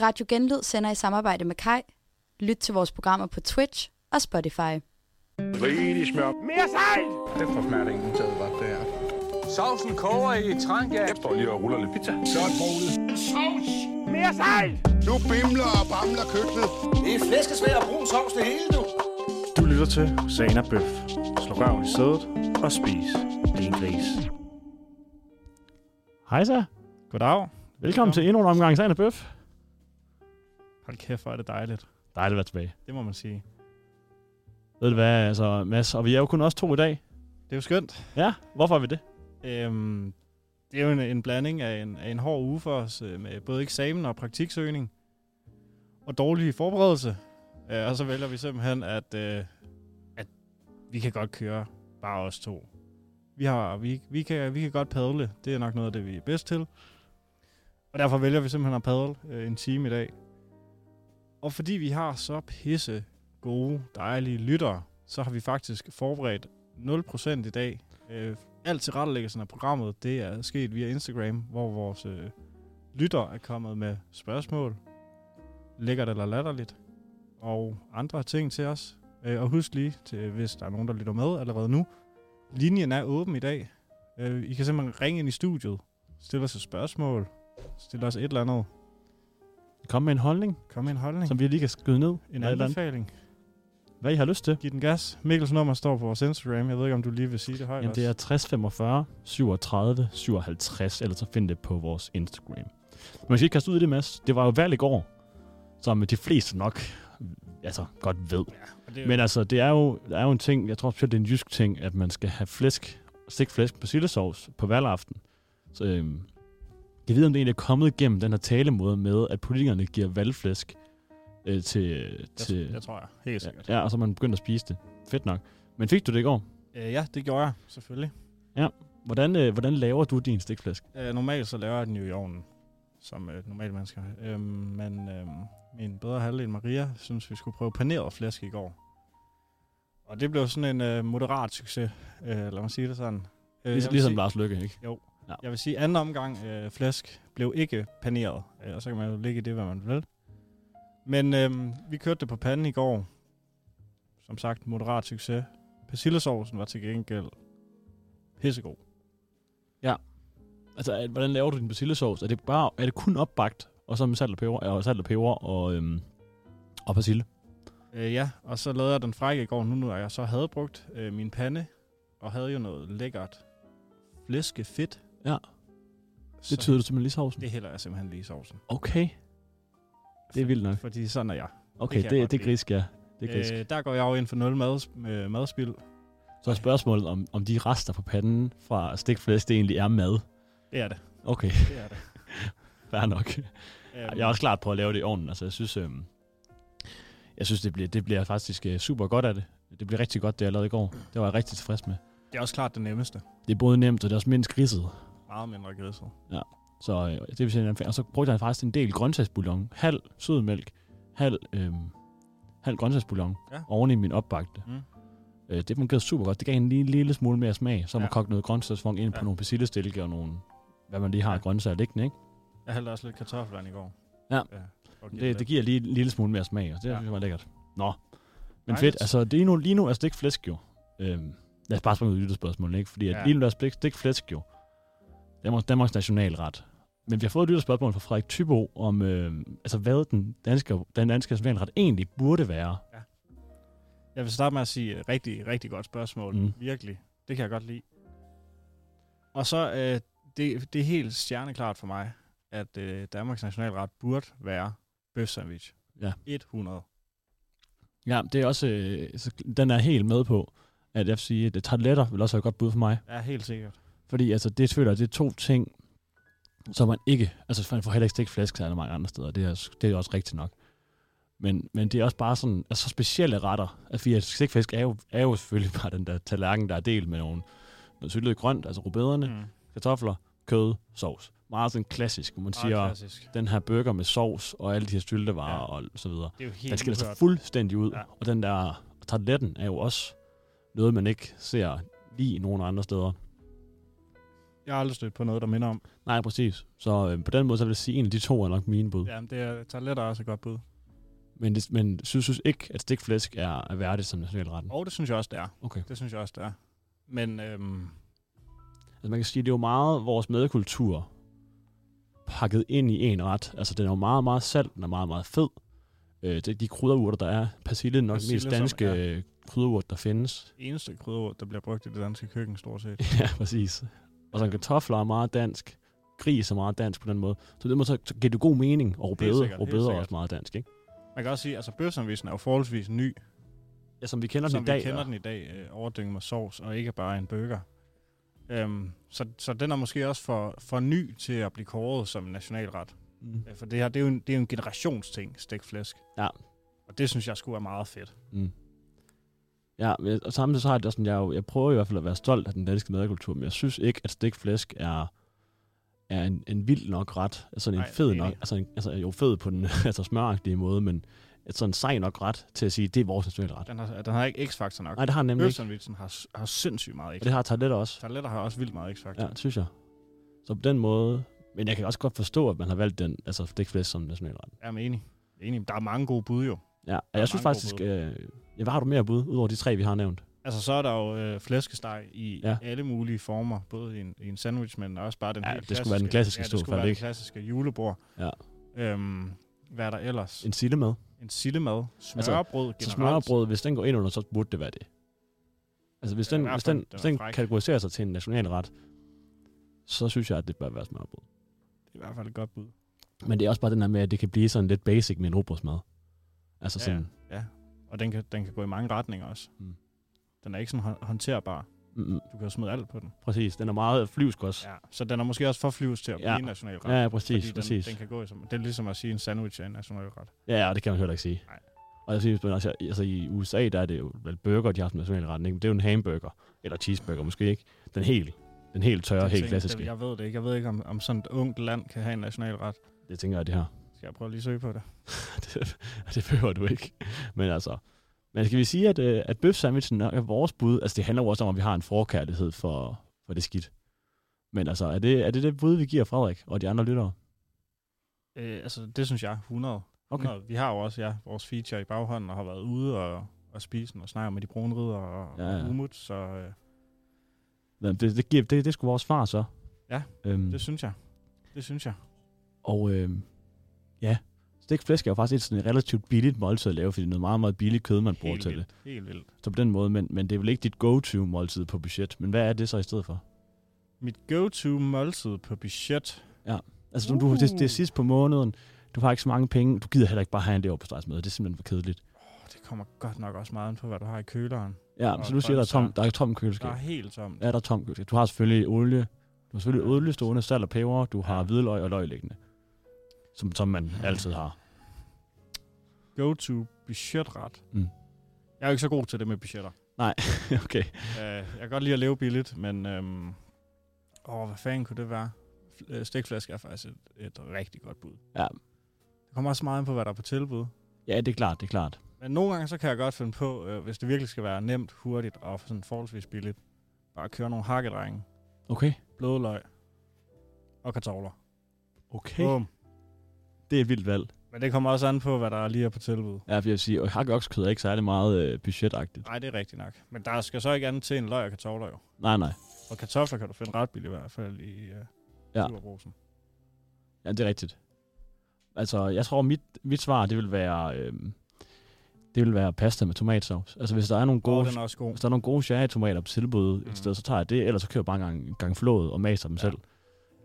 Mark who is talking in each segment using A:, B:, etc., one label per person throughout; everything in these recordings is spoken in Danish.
A: Radio Genlyd sender i samarbejde med Kai. Lyt til vores programmer på Twitch og Spotify.
B: Rigtig smør. Mere sejt!
C: Det får smager ingen taget godt, det her.
D: Sovsen koger i trang, ja.
B: Jeg står lige og ruller lidt pizza.
C: Godt, Poul.
B: Sovs! Mere sejt!
E: Nu bimler og bamler køkkenet.
F: Det er flæskesvær og brun sovs det hele, du.
G: Du lytter til Sana Bøf. Slå røven i sædet og spis din gris.
H: Hej så.
G: Goddag.
H: Velkommen til endnu en omgang Sagen Bøf. Hold kæft, hvor er det dejligt. Dejligt at være tilbage.
G: Det må man sige.
H: Ved du hvad, altså Mads, og vi er jo kun os to i dag.
G: Det er jo skønt.
H: Ja, hvorfor er vi det?
G: Øhm, det er jo en, en blanding af en, af en hård uge for os, øh, med både eksamen og praktiksøgning. Og dårlig forberedelse. Øh, og så vælger vi simpelthen, at, øh, at vi kan godt køre bare os to. Vi, har, vi, vi, kan, vi kan godt padle. Det er nok noget af det, vi er bedst til. Og derfor vælger vi simpelthen at padle øh, en time i dag. Og fordi vi har så pisse gode, dejlige lyttere, så har vi faktisk forberedt 0% i dag. Øh, alt tilrettelæggelsen af programmet, det er sket via Instagram, hvor vores øh, lytter er kommet med spørgsmål, lækkert eller latterligt, og andre ting til os. Øh, og husk lige, til, hvis der er nogen, der lytter med allerede nu, linjen er åben i dag. Øh, I kan simpelthen ringe ind i studiet, stille os et spørgsmål, stille os et eller andet,
H: Kom med en holdning,
G: kom med en holdning,
H: som vi lige kan skyde ned.
G: en
H: Eller et eller andet.
G: anbefaling.
H: Hvad I har lyst til.
G: Giv den gas. Mikkels nummer står på vores Instagram. Jeg ved ikke, om du lige vil sige det højt
H: Jamen det er 60, 45, 37, 57, eller så find det på vores Instagram. Men hvis I ikke kaste ud i det, Mads, det var jo valg i går, som de fleste nok altså, godt ved.
G: Og det er jo-
H: Men altså, det er jo, der er jo en ting, jeg tror specielt, det er en jysk ting, at man skal have flæsk, stik flæsk på sillesovs på valgaften. Så øhm, jeg ved, om det egentlig er kommet igennem den her talemåde med, at politikerne giver valgflæsk øh, til... til
G: Jeg, jeg tror jeg. Helt sikkert.
H: ja, og så er man begyndt at spise det. Fedt nok. Men fik du det i går?
G: Øh, ja, det gjorde jeg, selvfølgelig.
H: Hvordan, øh, hvordan laver du din Ligesom, stikflæsk?
G: Øh, normalt så laver jeg den jo i ovnen, som øh, normale mennesker. Øh, men øh, min bedre halvdel Maria synes, vi skulle prøve paneret flæsk i går. Og det blev sådan en øh, moderat succes, øh, lad mig sige det sådan. Øh, jeg
H: Liges,
G: vil
H: ligesom
G: sige-
H: Lars Lykke, ikke?
G: Jeg vil sige, anden omgang øh, flæsk blev ikke paneret, øh, og så kan man jo ligge i det, hvad man vil. Men øh, vi kørte det på panden i går. Som sagt, moderat succes. Persillesovsen var til gengæld pissegod.
H: Altså, at, hvordan laver du din persillesovs? Er det, bare, er det kun opbagt, og så med salt og peber, og, salt og, peber og, øhm, og persille?
G: Øh, ja, og så lavede jeg den frække i går, nu når jeg så havde brugt øh, min pande, og havde jo noget lækkert flæskefedt.
H: Ja.
G: Så
H: Det tyder du simpelthen lige sovsen?
G: det hælder jeg simpelthen lige i sovsen.
H: Okay. Det er vildt nok.
G: Fordi sådan er jeg.
H: Okay,
G: kan
H: det,
G: jeg
H: det,
G: godt
H: det er
G: lide.
H: grisk, ja. Det er grisk. Øh,
G: Øh, der går jeg jo ind for nul øh, mad, med madspil.
H: så er spørgsmålet, om, om de rester på panden fra stikflæsk, det egentlig er mad.
G: Det er det.
H: Okay,
G: Det er det.
H: fair nok.
G: Øhm,
H: Jeg er også klar på at lave det i ovnen. Altså, jeg synes, øhm, jeg synes det, bliver, det bliver faktisk øh, super godt af det. Det bliver rigtig godt, det jeg lavede i går. Det var jeg rigtig tilfreds med.
G: Det er også klart det nemmeste.
H: Det er både nemt, og det er også mindst griset.
G: Meget mindre grisset.
H: Så øh, det vil sige, at han- og så brugte han faktisk en del grøntsagsbouillon. Halv sødmælk, halv, øhm, halv grøntsagsbouillon ja.
G: Ja.
H: oven i min opbagte. Mm.
G: Mm.
H: Øh, det fungerede super godt. Det gav en lille, lille smule mere smag, som ja.
G: Ja.
H: at koge noget grøntsagsfond ind ja. på
G: Ja.
H: nogle persillestilke og nogle, hvad man lige har af
G: Ja.
H: grøntsager liggende, ikke?
G: Jeg hældte også lidt kartoffelvand i går. Øh,
H: Ja.
G: og giver
H: Det, det
G: lidt.
H: giver lige en lille smule mere smag, og det
G: Ja.
H: ja. var lækkert. Nå, men
G: Dejligt.
H: fedt. Altså, det er nu, lige nu er stik flæsk jo. Øhm, lad os bare springe ud i lytterspørgsmålet, ikke? Fordi ja.
G: Ja.
H: lige nu er stik, stik flæsk jo Danmarks, Danmarks nationalret. Men vi har fået et lytterspørgsmål fra Frederik Thybo om, øh, altså, hvad den danske, den danske nationalret egentlig burde være.
G: Jeg vil starte med at sige øh, rigtig, rigtig godt spørgsmål.
H: Mm.
G: Mm. Virkelig. Det kan jeg godt lide. Og så, øh, det, det er helt stjerneklart for mig, at øh, Danmarks nationalret burde være bøf sandwich.
H: Ja.
G: 100.
H: Ja, det er også, øh, så den er helt med på, at jeg vil sige, at tartletter vil også være et godt bud for mig.
G: Ja, helt sikkert.
H: Fordi altså, det føler jeg, det er to ting, som man ikke... Altså, man får heller ikke stik flæsk særlig mange andre steder. Det er, det er også rigtigt nok. Men, men det er også bare sådan, altså specielle retter. Altså, fordi at stikflæsk er jo, er jo selvfølgelig bare den der tallerken, der er delt med nogle, noget syltet grønt, altså rubederne, mm.
G: Mm.
H: kartofler, kød, sovs. Meget sådan klassisk, hvor man
G: Meget
H: siger,
G: klassisk.
H: den her burger med sovs og alle de her syltevarer
G: Ja.
H: og så videre.
G: Det er jo helt
H: Den skiller sig
G: uhørt.
H: fuldstændig ud. Ja.
G: Ja.
H: Og den der tartletten er jo også noget, man ikke ser lige nogen andre steder.
G: Jeg har aldrig stødt på noget, der minder om.
H: Nej, præcis. Så øh, på den måde, så vil jeg sige, at en af de to er nok mine bud. Ja.
G: Jamen, det er tarteletter er også et godt bud.
H: Men, det, men synes, synes ikke, at stikflæsk er, er værdigt som nationalretten.
G: Og det synes jeg også, det er.
H: Okay.
G: Det synes jeg også, det er. Men øhm,
H: Altså man kan sige, det er jo meget vores madkultur pakket ind i en ret. Altså den er jo meget, meget salt, den er meget, meget fed. Øh, det er de krydderurter, der er. Persille er nok den
G: Persille,
H: mest
G: som
H: danske
G: er-
H: ja. krydderurt, der findes.
G: eneste krydderord, der bliver brugt i det danske køkken, stort set.
H: ja, præcis. Og så kartofler er meget dansk. Gris er meget dansk på den måde. Så på den måde så, så giver det god mening. Og bedre,
G: sikkert,
H: og
G: helt
H: bedre er
G: sikkert.
H: også meget dansk, ikke?
G: Man kan også sige, altså bøfsamvisen er jo forholdsvis ny,
H: Ja, som vi kender
G: som
H: den i dag.
G: vi kender
H: og-
G: den i dag, øh, overdynget med sovs, og ikke bare en burger. Øhm, så, så den er måske også for, for ny til at blive kåret som en nationalret.
H: Mm.
G: Øh, For det her, det er jo en, det er jo en generationsting, stegt flæsk.
H: Ja.
G: Og det synes jeg skulle er meget fedt.
H: Mm. Ja, men jeg- og samtidig så har jeg det også sådan, jeg, er jo- jeg prøver i hvert fald at være stolt af den danske madkultur, men jeg synes ikke, at stikflæsk er, er en, en vild nok ret. Altså en
G: Nej,
H: Ej, fed
G: enig.
H: nok, altså, en, altså jo fed på den altså smøragtige måde, men et sådan sej nok ret til at sige, det er vores nationale ret.
G: Den har, den har ikke x-faktor nok.
H: Nej, det har den nemlig ikke.
G: Bøfsamvisen har, har sindssygt meget
H: Og
G: x
H: det har tartletter også.
G: Tarletter har også vildt meget x-faktor.
H: Ja, det synes jeg. Så på den måde... Men jeg kan også godt forstå, at man har valgt den, altså stikflæsk som nationalret.
G: Jeg er enig. enig. Der er mange gode bud jo.
H: Ja, og
G: er
H: jeg synes
G: mange gode
H: faktisk...
G: bud.
H: Øh, ja, hvad har du mere bud, udover de tre, vi har nævnt?
G: Altså, så er der jo øh, flæskesteg i
H: Ja.
G: ja. alle mulige former, både i en, i en sandwich, men også bare den
H: Ja,
G: helt
H: det skulle være den klassiske
G: ja,
H: i så
G: det skulle
H: fald,
G: være den
H: ikke?
G: klassiske julebord.
H: Ja.
G: Øhm, hvad er der ellers? En,
H: En sildemad?
G: en sillemad, smørbrød altså,
H: Så
G: generelt.
H: smørbrød, hvis den går ind under, så burde det være det. Altså hvis
G: Den er
H: den,
G: i hvert
H: hvis
G: fald-
H: den,
G: den er
H: hvis den
G: fræk.
H: kategoriserer sig til en nationalret, så synes jeg, at det bør være smørbrød.
G: Det er i hvert fald et godt bud.
H: Men det er også bare den her med, at det kan blive sådan lidt basic med en robrødsmad. Altså
G: Ja,
H: sådan,
G: Og den kan, den kan gå i mange retninger også.
H: Mm.
G: Mm. Den er ikke sådan hånd- håndterbar.
H: mm, mm,
G: Du kan jo smide alt på den.
H: præcis, den er meget flyvsk også.
G: Ja. Så den er måske også for flyves til at
H: Ja.
G: blive en nationalret.
H: Ja, ja præcis,
G: fordi
H: præcis.
G: Den, den kan gå i, som, det er ligesom at sige, en sandwich er en nationalret.
H: Ja, ja, det kan man heller ikke sige.
G: Nej.
H: Og jeg synes, men altså, altså i USA, der er det jo vel burger, de har som nationalret, ikke? Men det er jo en hamburger, eller cheeseburger måske ikke. Den helt, den helt tørre,
G: Den
H: helt
G: ting,
H: klassiske.
G: den- Jeg ved det ikke. Jeg ved ikke, om, om sådan et ungt land kan have en nationalret.
H: Det tænker jeg, det her.
G: Skal jeg prøve lige at søge på det?
H: det, det behøver du ikke. Men altså, men skal vi sige, at, øh, at bøfsandwichen nok er vores bud? Altså, det handler jo også om, at vi har en forkærlighed for, for det skidt. Men altså, er det, er det det bud, vi giver Frederik og de andre lyttere?
G: Øh, altså, det synes jeg 100.
H: Okay.
G: 100. Vi har jo også ja, vores feature i baghånden, og har været ude og, og spise den, og snakker med de brune ridder og,
H: Ja,
G: ja,
H: ja.
G: ja. og umut, så øh,
H: Nå, Det, det, giver, det, det skulle vores svar så.
G: Ja,
H: øhm,
G: det synes jeg. Det synes jeg.
H: Og øhm, ja, stegt flæsk er jo faktisk et sådan et relativt billigt måltid at lave, fordi det er noget meget, meget billigt kød, man bruger
G: Helt
H: til det.
G: vildt. Helt vildt.
H: Så på den måde, men, men det er vel ikke dit go-to måltid på budget. Men hvad er det så i stedet for?
G: Mit go-to måltid på budget.
H: Altså, du, du, det, det er sidst på måneden, du har ikke så mange penge, du gider heller ikke bare have en lever på Det er simpelthen for kedeligt.
G: Åh, det kommer godt nok også meget an på, hvad du har i køleren.
H: Ja,
G: Og
H: så du siger, der er tom,
G: grøntsager.
H: der er tom
G: Der
H: køleskab.
G: er helt tomt.
H: Ja, der er tom køleskab. Du har selvfølgelig olie. Du har selvfølgelig
G: Ja,
H: olie stående, salt og peber. Du har
G: Ja.
H: hvidløg og løg liggende. Som, som man altid har.
G: Go-to budgetret.
H: Mm.
G: Jeg er jo ikke så god til det med budgetter.
H: okay.
G: Øh, jeg kan godt lide at leve billigt, men... Øhm, åh, hvad fanden kunne det være? Fl- øh, Stikflæsk er faktisk et, et rigtig godt bud.
H: Ja.
G: Det kommer også meget an på, hvad der er på tilbud.
H: Ja, det er klart, det er klart.
G: Men nogle gange, så kan jeg godt finde på, øh, hvis det virkelig skal være nemt, hurtigt og sådan forholdsvis billigt, bare at køre nogle hakkedrenge,
H: Okay.
G: blødløg og kartofler.
H: Okay.
G: Bum.
H: Det er et vildt valg.
G: Men det kommer også an på, hvad der lige er på tilbud.
H: Ja, for jeg vil sige, at hakke oksekød er ikke særlig meget øh, budgetagtigt.
G: Nej, det er rigtigt nok. Men der skal så ikke andet til en løg og kartofler jo.
H: Nej, nej.
G: Og kartofler kan du finde ret billigt i hvert fald i øh,
H: Ja.
G: ja.
H: Ja, det er rigtigt. Altså, jeg tror, mit, mit svar, det vil være... Øh, det vil være pasta med tomatsovs. Altså, hvis der er nogle
G: Og
H: gode
G: den er også god.
H: Hvis der er nogle gode cherrytomater på tilbud mm. et sted, så tager jeg det, ellers så kører jeg bare en gang, en gang flået og maser dem ja.
G: Ja.
H: selv.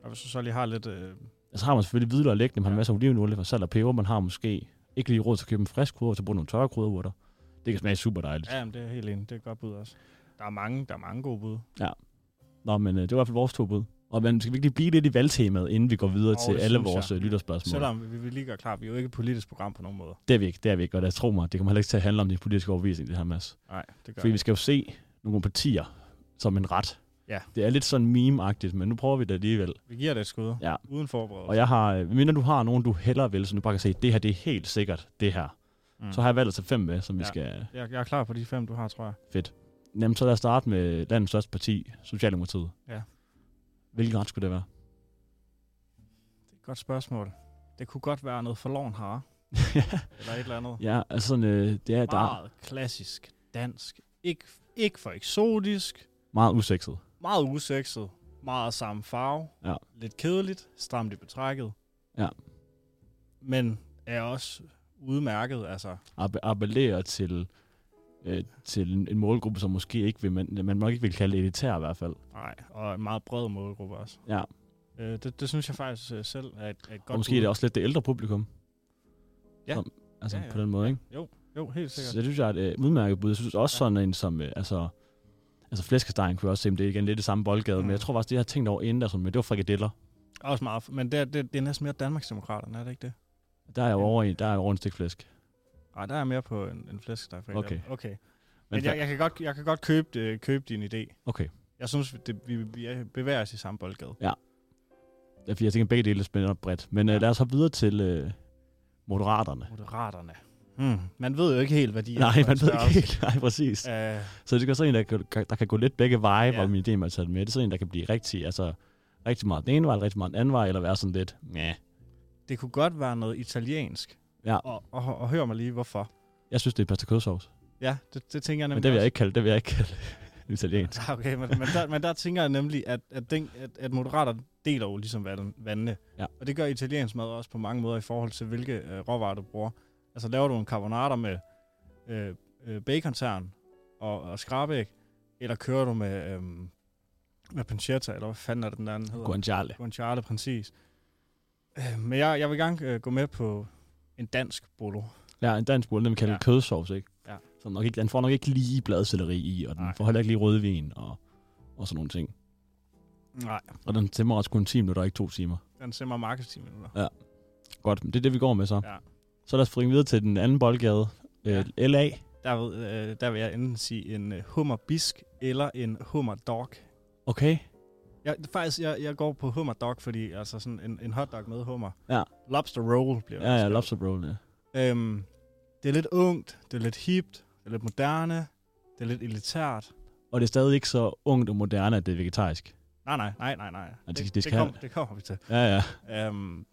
G: Og hvis du så lige har lidt... Øh,
H: Og så har man selvfølgelig hvidløg liggende, man har
G: Ja.
H: masser af olivenolie fra salt og peber, man har måske ikke lige råd til at købe en frisk krydder, så bruger nogle tørre krydderurter. Det kan smage super dejligt. Ja.
G: ja, jamen, det er helt enig. Det er et godt bud også. Der er mange, der er mange gode bud.
H: Nå, men øh, det var i hvert fald vores to bud. Og man skal virkelig blive lidt i valgtemaet, inden vi går videre
G: Åh,
H: til
G: det
H: alle
G: synes
H: vores
G: jeg.
H: jeg. lytterspørgsmål.
G: Selvom vi, vi lige gør klart, vi er jo ikke et politisk program på nogen måde.
H: Det er vi ikke, det er vi ikke, og det tror mig, det kommer heller ikke til at handle om din politiske overbevisning, det her, Mads.
G: Nej, det gør
H: Fordi
G: vi.
H: vi skal jo se nogle partier som en ret.
G: Ja.
H: Det er lidt sådan meme-agtigt, men nu prøver vi det alligevel.
G: Vi giver det et skud.
H: Ja.
G: Uden forberedelse.
H: Og jeg har, øh, mindre du har nogen, du hellere vil, så du bare kan se, det her, det er helt sikkert det her. Mm.
G: Mm.
H: Så har jeg valgt til fem med, som ja. vi
G: Ja.
H: skal... øh,
G: Jeg, jeg er klar på de fem, du har, tror jeg.
H: Nemt, så lad os starte med landets største parti, Socialdemokratiet.
G: Ja.
H: Hvilken ret skulle det være?
G: Det er et godt spørgsmål. Det kunne godt være noget forloven har, eller et eller andet.
H: ja, altså sådan, øh, det er, der er
G: Meget klassisk dansk. Ikke, ikke for eksotisk.
H: meget usekset.
G: Meget usekset. Meget samme farve.
H: Ja.
G: Lidt kedeligt. Stramt i betrækket.
H: Ja.
G: Men er også udmærket, altså.
H: Appe- appellerer til, øh, til en- en målgruppe, som måske ikke vil, man, man nok ikke vil kalde elitær i hvert fald.
G: Nej, og en meget bred målgruppe også.
H: Ja.
G: Øh, det, det synes jeg faktisk øh, selv er et, er et godt
H: Og måske er det også lidt det ældre publikum.
G: Ja.
H: Som, altså
G: Ja,
H: ja,
G: ja.
H: ja. på den måde, ikke?
G: Jo, helt
H: Så
G: sikkert.
H: det synes jeg er et øh, udmærket bud. Jeg synes også sådan en som, øh, altså, altså flæskestegen kunne jeg også se, men det er igen lidt det samme boldgade,
G: Mm.
H: men jeg tror faktisk, det jeg har tænkt over inden, der, sådan, men det var frikadeller.
G: Også meget, men det, er- det, det er næsten mere Danmarksdemokraterne, er det ikke det?
H: Der er jeg jo over, i, der er jeg over en stik flæsk.
G: Nej, der er mere på en, en flæskesteg. for eksempel.
H: Okay.
G: okay.
H: Men,
G: Men jeg, jeg, kan godt, jeg kan godt købe, øh, købe din idé.
H: okay.
G: Jeg synes, det, vi, vi er- bevæger os i samme boldgade.
H: Jeg, jeg tænker, at begge dele spænder bredt. Men
G: Ja.
H: øh, lad os hoppe videre til øh, moderaterne.
G: Moderaterne. Hmm. Man ved jo ikke helt, hvad de er.
H: Nej,
G: for
H: man
G: en
H: ved ikke
G: størrelse.
H: helt. Nej, præcis.
G: Øh,
H: Så det er sådan en, der kan, der kan gå lidt begge veje,
G: Ja.
H: ja. hvor min idé man tager med. Det er sådan en, der kan blive rigtig, altså, rigtig meget den ene vej, eller rigtig meget den anden vej, eller være sådan lidt, ja.
G: det kunne godt være noget italiensk.
H: Ja.
G: Og, og, og hør mig lige, hvorfor.
H: Jeg synes, det er pasta kødsovs.
G: Ja, det, det tænker jeg nemlig
H: Men det vil jeg
G: også.
H: ikke kalde, det vil jeg ikke kalde italiensk.
G: Ah, Okay, men, men, der, men der tænker jeg nemlig, at, at, den, at, at moderater deler jo ligesom vand- vandene.
H: Ja.
G: Og det gør italiensk mad også på mange måder i forhold til, hvilke øh, råvarer du bruger. Altså laver du en carbonara med øh, øh, bacontern og, og skrabæg, eller kører du med, øh, med pancetta, eller hvad fanden er det den anden hedder?
H: Guanciale.
G: Guanciale, præcis. Øh, men jeg, jeg vil gerne øh, gå med på en dansk bolo.
H: Ja, en dansk bolle, den kalder
G: Ja.
H: ja. kødsovs, ikke?
G: Ja.
H: Som nok ikke, den får nok ikke lige bladcelleri i, og den
G: Nej.
H: Nej. får heller ikke lige rødvin og, og sådan nogle ting.
G: Nej,
H: Og den simmer også kun 10 minutter, ikke to timer.
G: den simmer markeds 10 minutter.
H: Godt, men det er det, vi går med så.
G: Ja.
H: Så lad os springe videre til den anden boldgade. Øh, LA.
G: Der vil, øh, der vil jeg enten sige en øh, hummerbisk eller en hummerdog.
H: Okay.
G: Jeg, faktisk, jeg, jeg går på hummerdog, fordi altså sådan en, en hotdog med hummer.
H: Ja.
G: Lobster roll bliver det
H: Ja, ja,
G: også
H: lobster roll. Ja.
G: kaldt. Øhm, det er lidt ungt, det er lidt hipt, det er lidt moderne, det er lidt elitært.
H: Og det er stadig ikke så ungt og moderne, at det er vegetarisk.
G: Nej, nej, nej, nej, nej.
H: det- det
G: det,
H: skal-
G: kommer, det kommer vi til.
H: Ja, ja.
G: Øhm,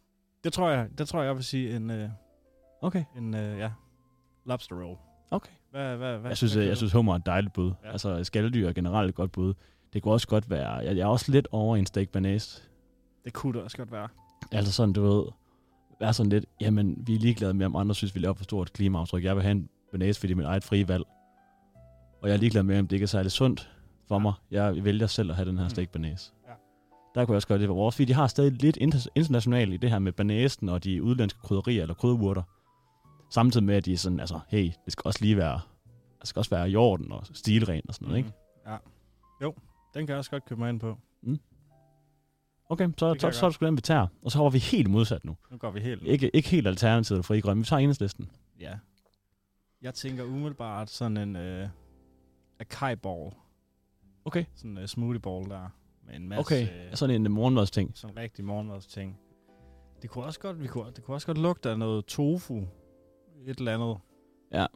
G: det tror jeg, det tror jeg, jeg vil sige en, øh,
H: Okay.
G: en øh, ja, lobster roll.
H: Okay.
G: Hvad, hvad, hvad,
H: Jeg synes,
G: hvad
H: øh, jeg synes hummer er et dejligt bud.
G: Ja.
H: Ja. Altså, skaldyr er generelt et godt bud. Det kunne også godt være... Jeg, jeg er også lidt over i en steak banæs.
G: det kunne det også godt være.
H: Altså sådan, du ved... Være sådan lidt... Jamen, vi er ligeglade med, om andre synes, vi laver for stort klimaaftryk. Jeg vil have en banæs, fordi det er mit eget frie valg. Og jeg er ligeglad med, om det ikke er særlig sundt for mig. Jeg vælger selv at have den her
G: Mm.
H: steak banæs.
G: Ja.
H: Der kunne jeg også godt lide vores, fordi de har stadig lidt inter- internationalt i det her med banæsen og de udenlandske krydderier eller krydderurter. Samtidig med, at de er sådan, altså, hey, det skal også lige være, det skal også være i orden og stilren og sådan noget, ikke?
G: Mm, Ja. Jo, den kan jeg også godt købe mig ind på.
H: Okay, så,
G: Det kan
H: så,
G: jeg
H: så, er
G: godt. Mm.
H: det sgu den, vi tager. Og så hopper vi helt modsat nu.
G: Nu går vi helt
H: Ikke, ikke helt alternativet for i grønne. Vi tager enhedslisten.
G: Ja. Jeg tænker umiddelbart sådan en øh, acai ball.
H: Okay.
G: Sådan en uh, smoothie ball der. Med en masse
H: Okay,
G: øh,
H: sådan en øh, morgenmadsting.
G: sådan rigtig morgenmadsting. Det kunne også godt, vi kunne, det kunne også godt lugte af noget tofu. Et eller andet.
H: Ja.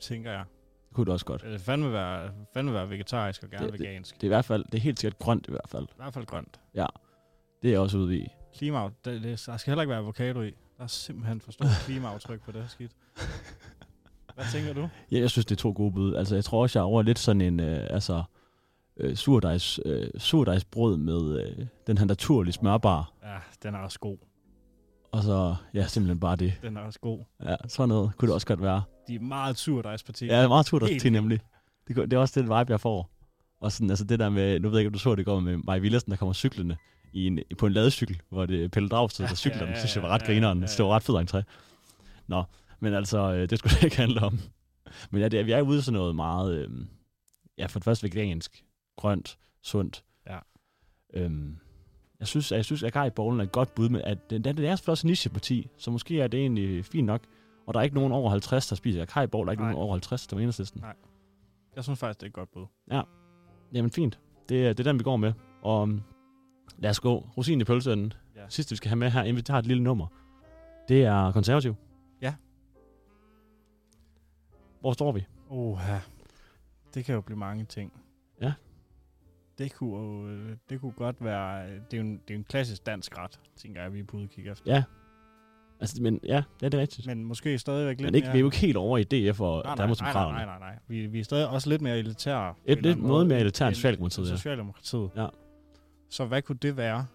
G: Tænker jeg.
H: Det kunne det også godt.
G: Det vil fandme være, fandme være vegetarisk og gerne det,
H: Det- det-
G: vegansk.
H: Det er i hvert fald, det er helt sikkert grønt i hvert fald.
G: I hvert fald grønt.
H: Det er jeg også ude i.
G: Klima, det, det, der skal heller ikke være avocado i. Der er simpelthen for stort klimaaftryk på det her skidt. Hvad tænker du?
H: Ja, jeg synes, det er to gode bud. Altså, jeg tror også, jeg er over lidt sådan en, øh, altså, øh, surdejs, øh, surdejsbrød med øh, den her naturlige smørbar.
G: Ja, den er også god.
H: Og så, ja, simpelthen bare det.
G: Den er også god.
H: Ja, sådan noget kunne det også godt være.
G: De er meget surdejspartier.
H: Ja, meget surdejs
G: Helt
H: til nemlig. Det, kunne- det er også den vibe, jeg får. Og sådan, altså det der med, nu ved jeg ikke, om du så det i går med Maja Villersen, der kommer cyklende i en, på en ladecykel, hvor det er Pelle Dragsted, der cykler,
G: ja,
H: ja,
G: ja,
H: ja, synes jeg var
G: ja,
H: ret
G: ja,
H: grineren.
G: ja,
H: Det var ret fed entré. Nå, men altså, øh, det skulle det ikke handle om. Men ja, det, er- vi er ude i sådan noget meget, øh, ja, for det første vegansk, grønt, sundt.
G: Ja.
H: Øhm, jeg synes, jeg synes, at Gary Borgen er et godt bud, men at den, den, den er selvfølgelig også en nicheparti, så måske er det egentlig fint nok. Og der er ikke nogen over 50, der spiser Gary Borgen, der er ikke
G: Nej.
H: nogen over 50, der var enhedslisten.
G: Nej. Jeg synes faktisk, det er et godt bud.
H: Jamen fint. Det, er- det er den, vi går med. Og um, lad os gå. Rosin i pølseenden.
G: Ja.
H: Ja. Sidste, vi skal have med her, inden vi tager et lille nummer. Det er konservativ.
G: Ja.
H: Hvor står vi?
G: Oha. Det kan jo blive mange ting.
H: Ja.
G: det kunne, jo, øh, det kunne godt være... Det er, jo en, det er jo en klassisk dansk ret, tænker jeg, vi er på udkig efter.
H: Ja. Altså, men ja, ja det er rigtigt. Men,
G: Men måske stadigvæk lidt
H: men ikke,
G: mere...
H: vi er jo ikke helt over i DF og
G: Nej, nej, nej, nej,
H: Danmarksdemokraterne.
G: nej, nej, nej. Vi, vi er stadig også lidt mere elitære. på
H: Et
G: en eller
H: lidt
G: anden
H: noget mere elitært end
G: end-
H: Socialdemokratiet, ja.
G: Socialdemokratiet.
H: Ja.
G: Så hvad kunne det være?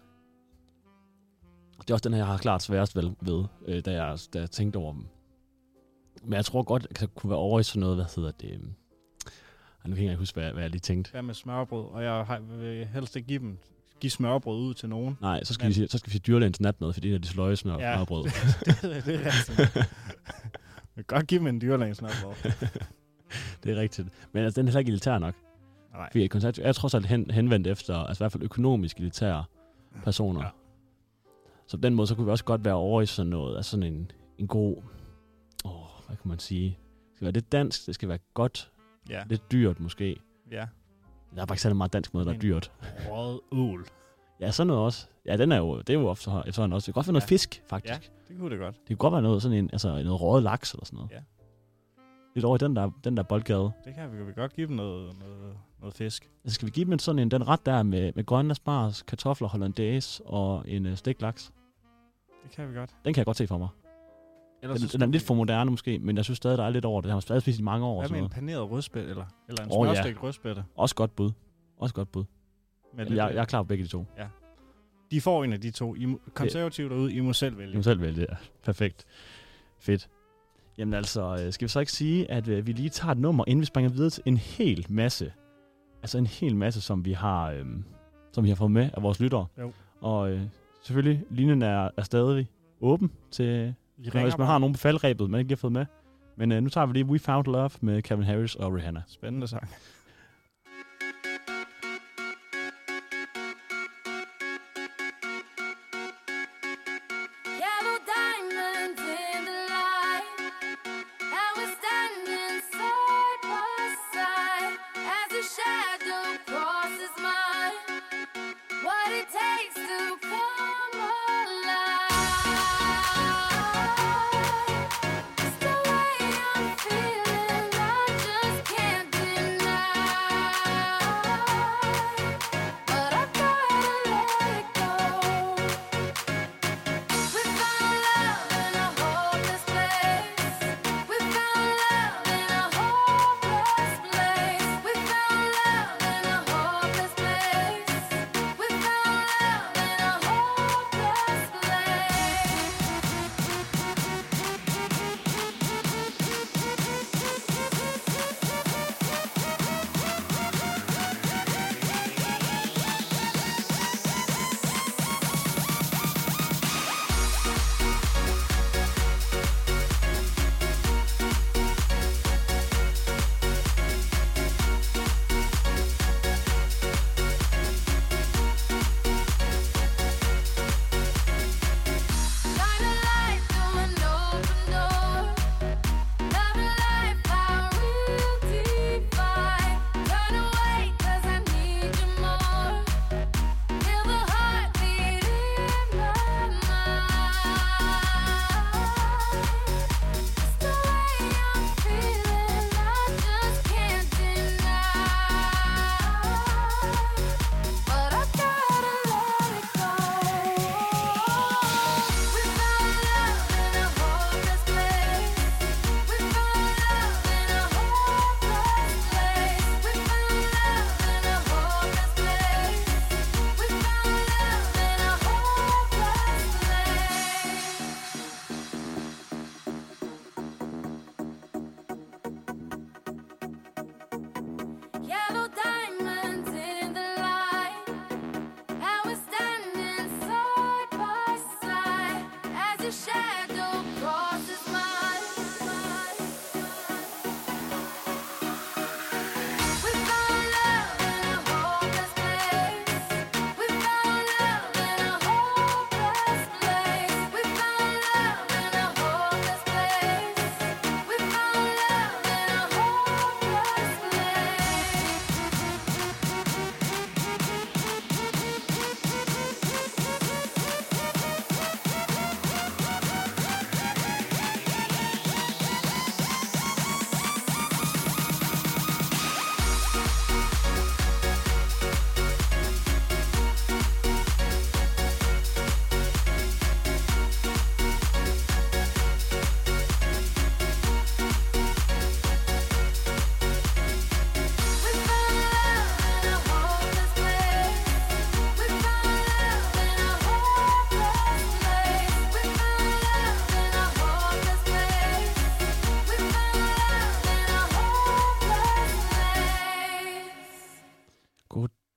H: Det er også den her, jeg har klart sværest vel ved, øh, da, jeg, da jeg tænkte over dem. Men jeg tror godt, at jeg kunne være over i sådan noget, hvad hedder det? øhm, Ej, nu kan jeg ikke huske, hvad, jeg- hvad jeg lige tænkte.
G: Hvad med smørbrød? Og jeg har- vil helst ikke give dem give smørbrød ud til nogen.
H: Nej, så skal,
G: Men-
H: vi, sige, så skal vi sige dyrlægens natmad, fordi det er de sløjes med
G: Ja.
H: ja. brød.
G: det, det er rigtigt. Jeg vil godt give dem en dyrlægen smørbrød.
H: det er rigtigt. Men altså, den er heller ikke elitær nok.
G: Nej.
H: Fordi konservativ er trods alt hen, henvendt efter, altså i hvert fald økonomisk elitære personer.
G: Ja.
H: Ja. Så på den måde, så kunne vi også godt være over i sådan noget, altså sådan en, en god, åh, hvad kan man sige? Det skal være lidt dansk, det skal være godt,
G: Ja,
H: lidt dyrt måske.
G: ja.
H: Der er faktisk særlig meget dansk mad, der er
G: Men-
H: dyrt.
G: Røget ål.
H: Ja, sådan noget også. Ja, den er jo, det er jo ofte efterhånden også. Det kan godt være noget
G: Ja.
H: fisk, faktisk.
G: Ja. Det kunne det godt.
H: Det kunne godt være noget, sådan en, altså noget røget laks eller sådan noget.
G: Ja.
H: Lidt over i den der, den der boldgade.
G: Det kan vi, vi kan godt give dem noget, noget, noget fisk.
H: Altså, skal vi give dem sådan en, den ret der med, med grønne spars, kartofler, hollandaise og en øh, stegt laks?
G: Det kan vi godt.
H: Den kan jeg godt se for mig.
G: Ellers
H: Den,
G: så
H: den er
G: skulle
H: lidt
G: vi-
H: for moderne måske, men jeg synes stadig, der er lidt over det. Han har stadig spist i mange år. og
G: Hvad
H: sådan
G: med en
H: noget.
G: paneret rødspætte, eller, eller en
H: Åh,
G: oh,
H: ja.
G: smørstegt ja. rødspætte?
H: Også godt bud. Også godt bud.
G: Med
H: Jeg,
G: lidt- øh,
H: jeg er klar på begge de to.
G: De får en af de to. I må, konservativt derude, I må selv
H: Du må
G: vælge.
H: selv vælge det. Ja. Perfekt. Fedt. Jamen altså, øh, skal vi så ikke sige, at øh, vi lige tager et nummer, inden vi springer videre til en hel masse. Altså en hel masse, som vi har, øh, som vi har fået med af vores lyttere.
G: Jo.
H: Og øh, selvfølgelig, linjen er, er stadig åben til,
G: I
H: når, hvis man
G: bare.
H: har nogen på faldrebet, man ikke lige har fået med. Men øh, nu tager vi lige We Found Love med Kevin Harris og Rihanna.
G: Spændende sang.
I: Yellow diamonds in the light, and we're standing side by side as your shadow crosses mine. What it takes to come alive. It's the way I'm feeling, I just can't deny.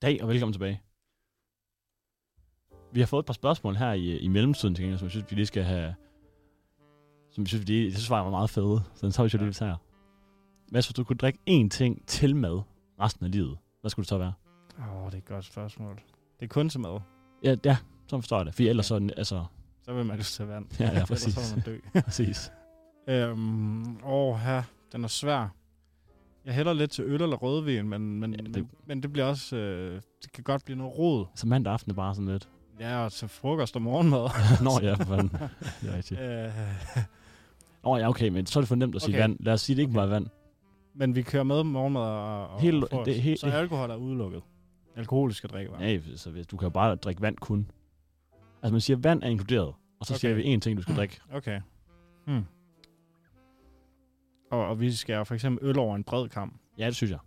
H: dag, og velkommen tilbage. Vi har fået et par spørgsmål her i, i mellemtiden, til gengæld, som jeg synes, vi lige skal have... Som jeg synes, vi lige, det synes, jeg var meget fede, så den tager vi selvfølgelig lidt her. Hvad hvis du kunne drikke én ting til mad resten af livet? Hvad skulle det så være?
G: Åh, oh, det er et godt spørgsmål. Det er kun til mad.
H: Ja, ja så forstår jeg det. For ellers så, er den- altså,
G: Så vil man lyst til vand.
H: Ja, ja,
G: Ellers
H: præcis.
G: så vil man dø.
H: præcis.
G: Øhm, åh, her, den er svær. Jeg hælder lidt til øl eller rødvin, men, men,
H: Ja,
G: ja,
H: det-
G: det... Men, men det bliver også... Øh, det kan godt blive noget rod.
H: Så Altså, mandag aften er bare sådan lidt.
G: Ja, og til frokost og morgenmad.
H: Nå ja, for fanden. Det er rigtigt.
G: øh,
H: Nå ja, okay, men så er det for nemt at sige
G: Okay.
H: vand. Lad os sige, det ikke
G: Okay.
H: var vand.
G: men vi kører med morgenmad og, og,
H: Helt-
G: og frokost.
H: det er helt-
G: så alkohol er udelukket. Alkoholiske drikkevarer. Ja.
H: Ja, så hvis- du kan jo bare drikke vand kun. Altså man siger, vand er inkluderet. Og så okay. siger vi
G: Okay.
H: én ting, du skal drikke.
G: Okay. Hmm. Og, og vi skærer for eksempel øl over en bred kam.
H: Ja, det synes jeg.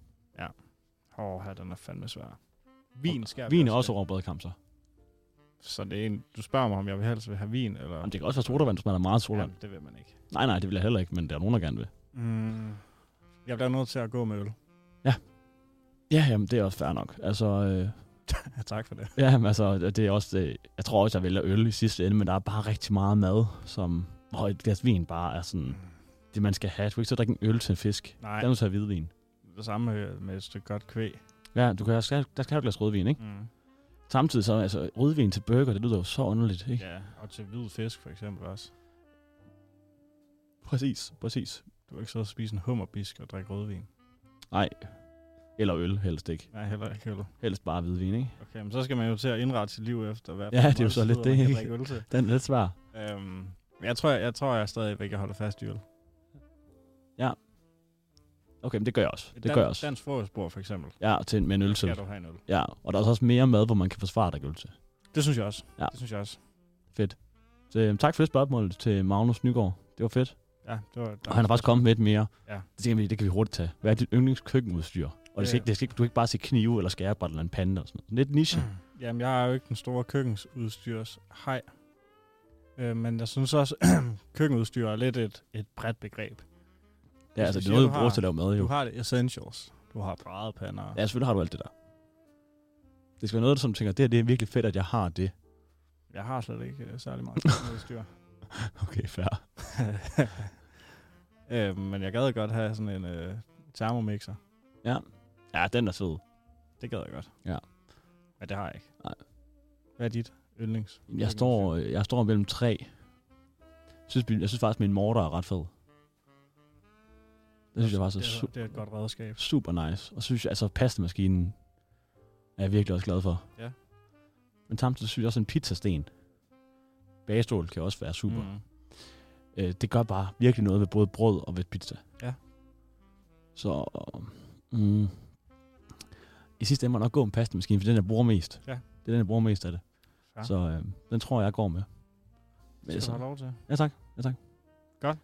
G: Åh, her, den er fandme svær. Vin skærer vi
H: Vin er også
G: lidt.
H: over bredkamp, så.
G: Så det er en, du spørger mig, om jeg vil helst vil have vin, eller...
H: Jamen, det kan også være sodavand, hvis man har meget sodavand.
G: Jamen, det vil man ikke.
H: Nej, nej, det vil jeg heller ikke, men der er nogen, der gerne vil.
G: Mm. Jeg bliver nødt til at gå med øl.
H: Ja, jamen, det er også fair nok. Altså, øh,
G: Ja, tak for det.
H: ja, jamen, altså, det er også, det, jeg tror også, jeg vælger øl i sidste ende, men der er bare rigtig meget mad, som, hvor et glas vin bare er sådan, det man skal have. Du kan ikke så drikke en øl til en fisk.
G: Nej,
H: Der er du så have hvidvin.
G: det samme med- med et stykke godt kvæg.
H: Ja, du kan, der skal, der skal have et glas rødvin, ikke?
G: Mm.
H: Samtidig så, altså, rødvin til burger, det lyder jo så underligt, ikke?
G: Ja, og til hvid fisk for eksempel også.
H: Præcis, præcis.
G: Du kan ikke sidde og spise en hummerbisk og drikke rødvin.
H: Nej. Eller øl, helst ikke.
G: Nej, heller ikke øl.
H: Helst bare hvidvin, ikke?
G: Okay, men så skal man jo til at indrette sit liv efter, hvad for
H: Ja, det er jo så
G: måltider,
H: lidt
G: man
H: det,
G: kan
H: ikke?
G: drikke øl til.
H: Den er lidt svær.
G: Øhm, jeg tror, jeg, jeg tror jeg stadigvæk, jeg holder fast i øl.
H: Okay, men det gør jeg også. Det
G: Dan-
H: gør jeg også.
G: Dansk forhåndsbord for eksempel.
H: Ja, til, med en øl til.
G: Skal du have en øl.
H: Ja, og der er så også mere mad, hvor man kan forsvare dig øl til.
G: Det synes jeg også.
H: Ja.
G: Det synes jeg også.
H: Så øhm, tak for det spørgsmål til Magnus Nygaard. Det var fedt.
G: Ja, det var,
H: Og han har faktisk kommet med et mere.
G: Ja.
H: Det, tænker vi, det kan vi hurtigt tage. Hvad er dit yndlingskøkkenudstyr? Og det skal,
G: Ja.
H: ikke, det skal ikke, du kan ikke bare se knive eller skærebræt eller en pande og sådan noget. Lidt
G: Mm.
H: niche.
G: Jamen, jeg er jo ikke den store køkkensudstyrs hej. Øh, men jeg synes også, køkkenudstyr er lidt et, et bredt begreb.
H: Ja,
G: Hvis
H: altså det
G: du
H: er
G: siger,
H: noget,
G: du
H: du bruger
G: har-
H: til at lave mad,
G: Du
H: jo.
G: har det essentials. Du har bradepander.
H: Ja, selvfølgelig har du alt det der. Det skal være noget, som tænker, det her det er virkelig fedt, at jeg har det.
G: Jeg har slet ikke øh, særlig meget køkkenudstyr.
H: Okay, fair.
G: øh, men jeg gad godt have sådan en øh, termomixer.
H: Ja, den er sød.
G: Det gad jeg godt.
H: Ja.
G: Men det har jeg ikke.
H: Nej.
G: Hvad er dit yndlings?
H: Jeg står, øh, jeg står mellem tre. Jeg synes, min- jeg synes faktisk, min morter er ret fed. Det synes jeg faktisk er su-
G: det, er, det er et godt redskab.
H: super nice. Og så synes jeg, altså pastamaskinen er jeg virkelig også glad for.
G: Ja.
H: Men samtidig synes jeg også, en pizzasten. Bagestål kan også være super. Mm.
G: Mm.
H: Øh, det gør bare virkelig noget ved både brød og ved pizza.
G: Ja.
H: Så... Mm, I sidste ende må jeg nok gå med pastamaskinen, for det er den, jeg bruger mest.
G: Ja.
H: Det er den, jeg bruger mest af det.
G: Ja.
H: Så øh, den tror jeg, jeg går med. Men
G: Skal
H: så-
G: du have lov til?
H: Ja tak, ja tak.
G: Godt.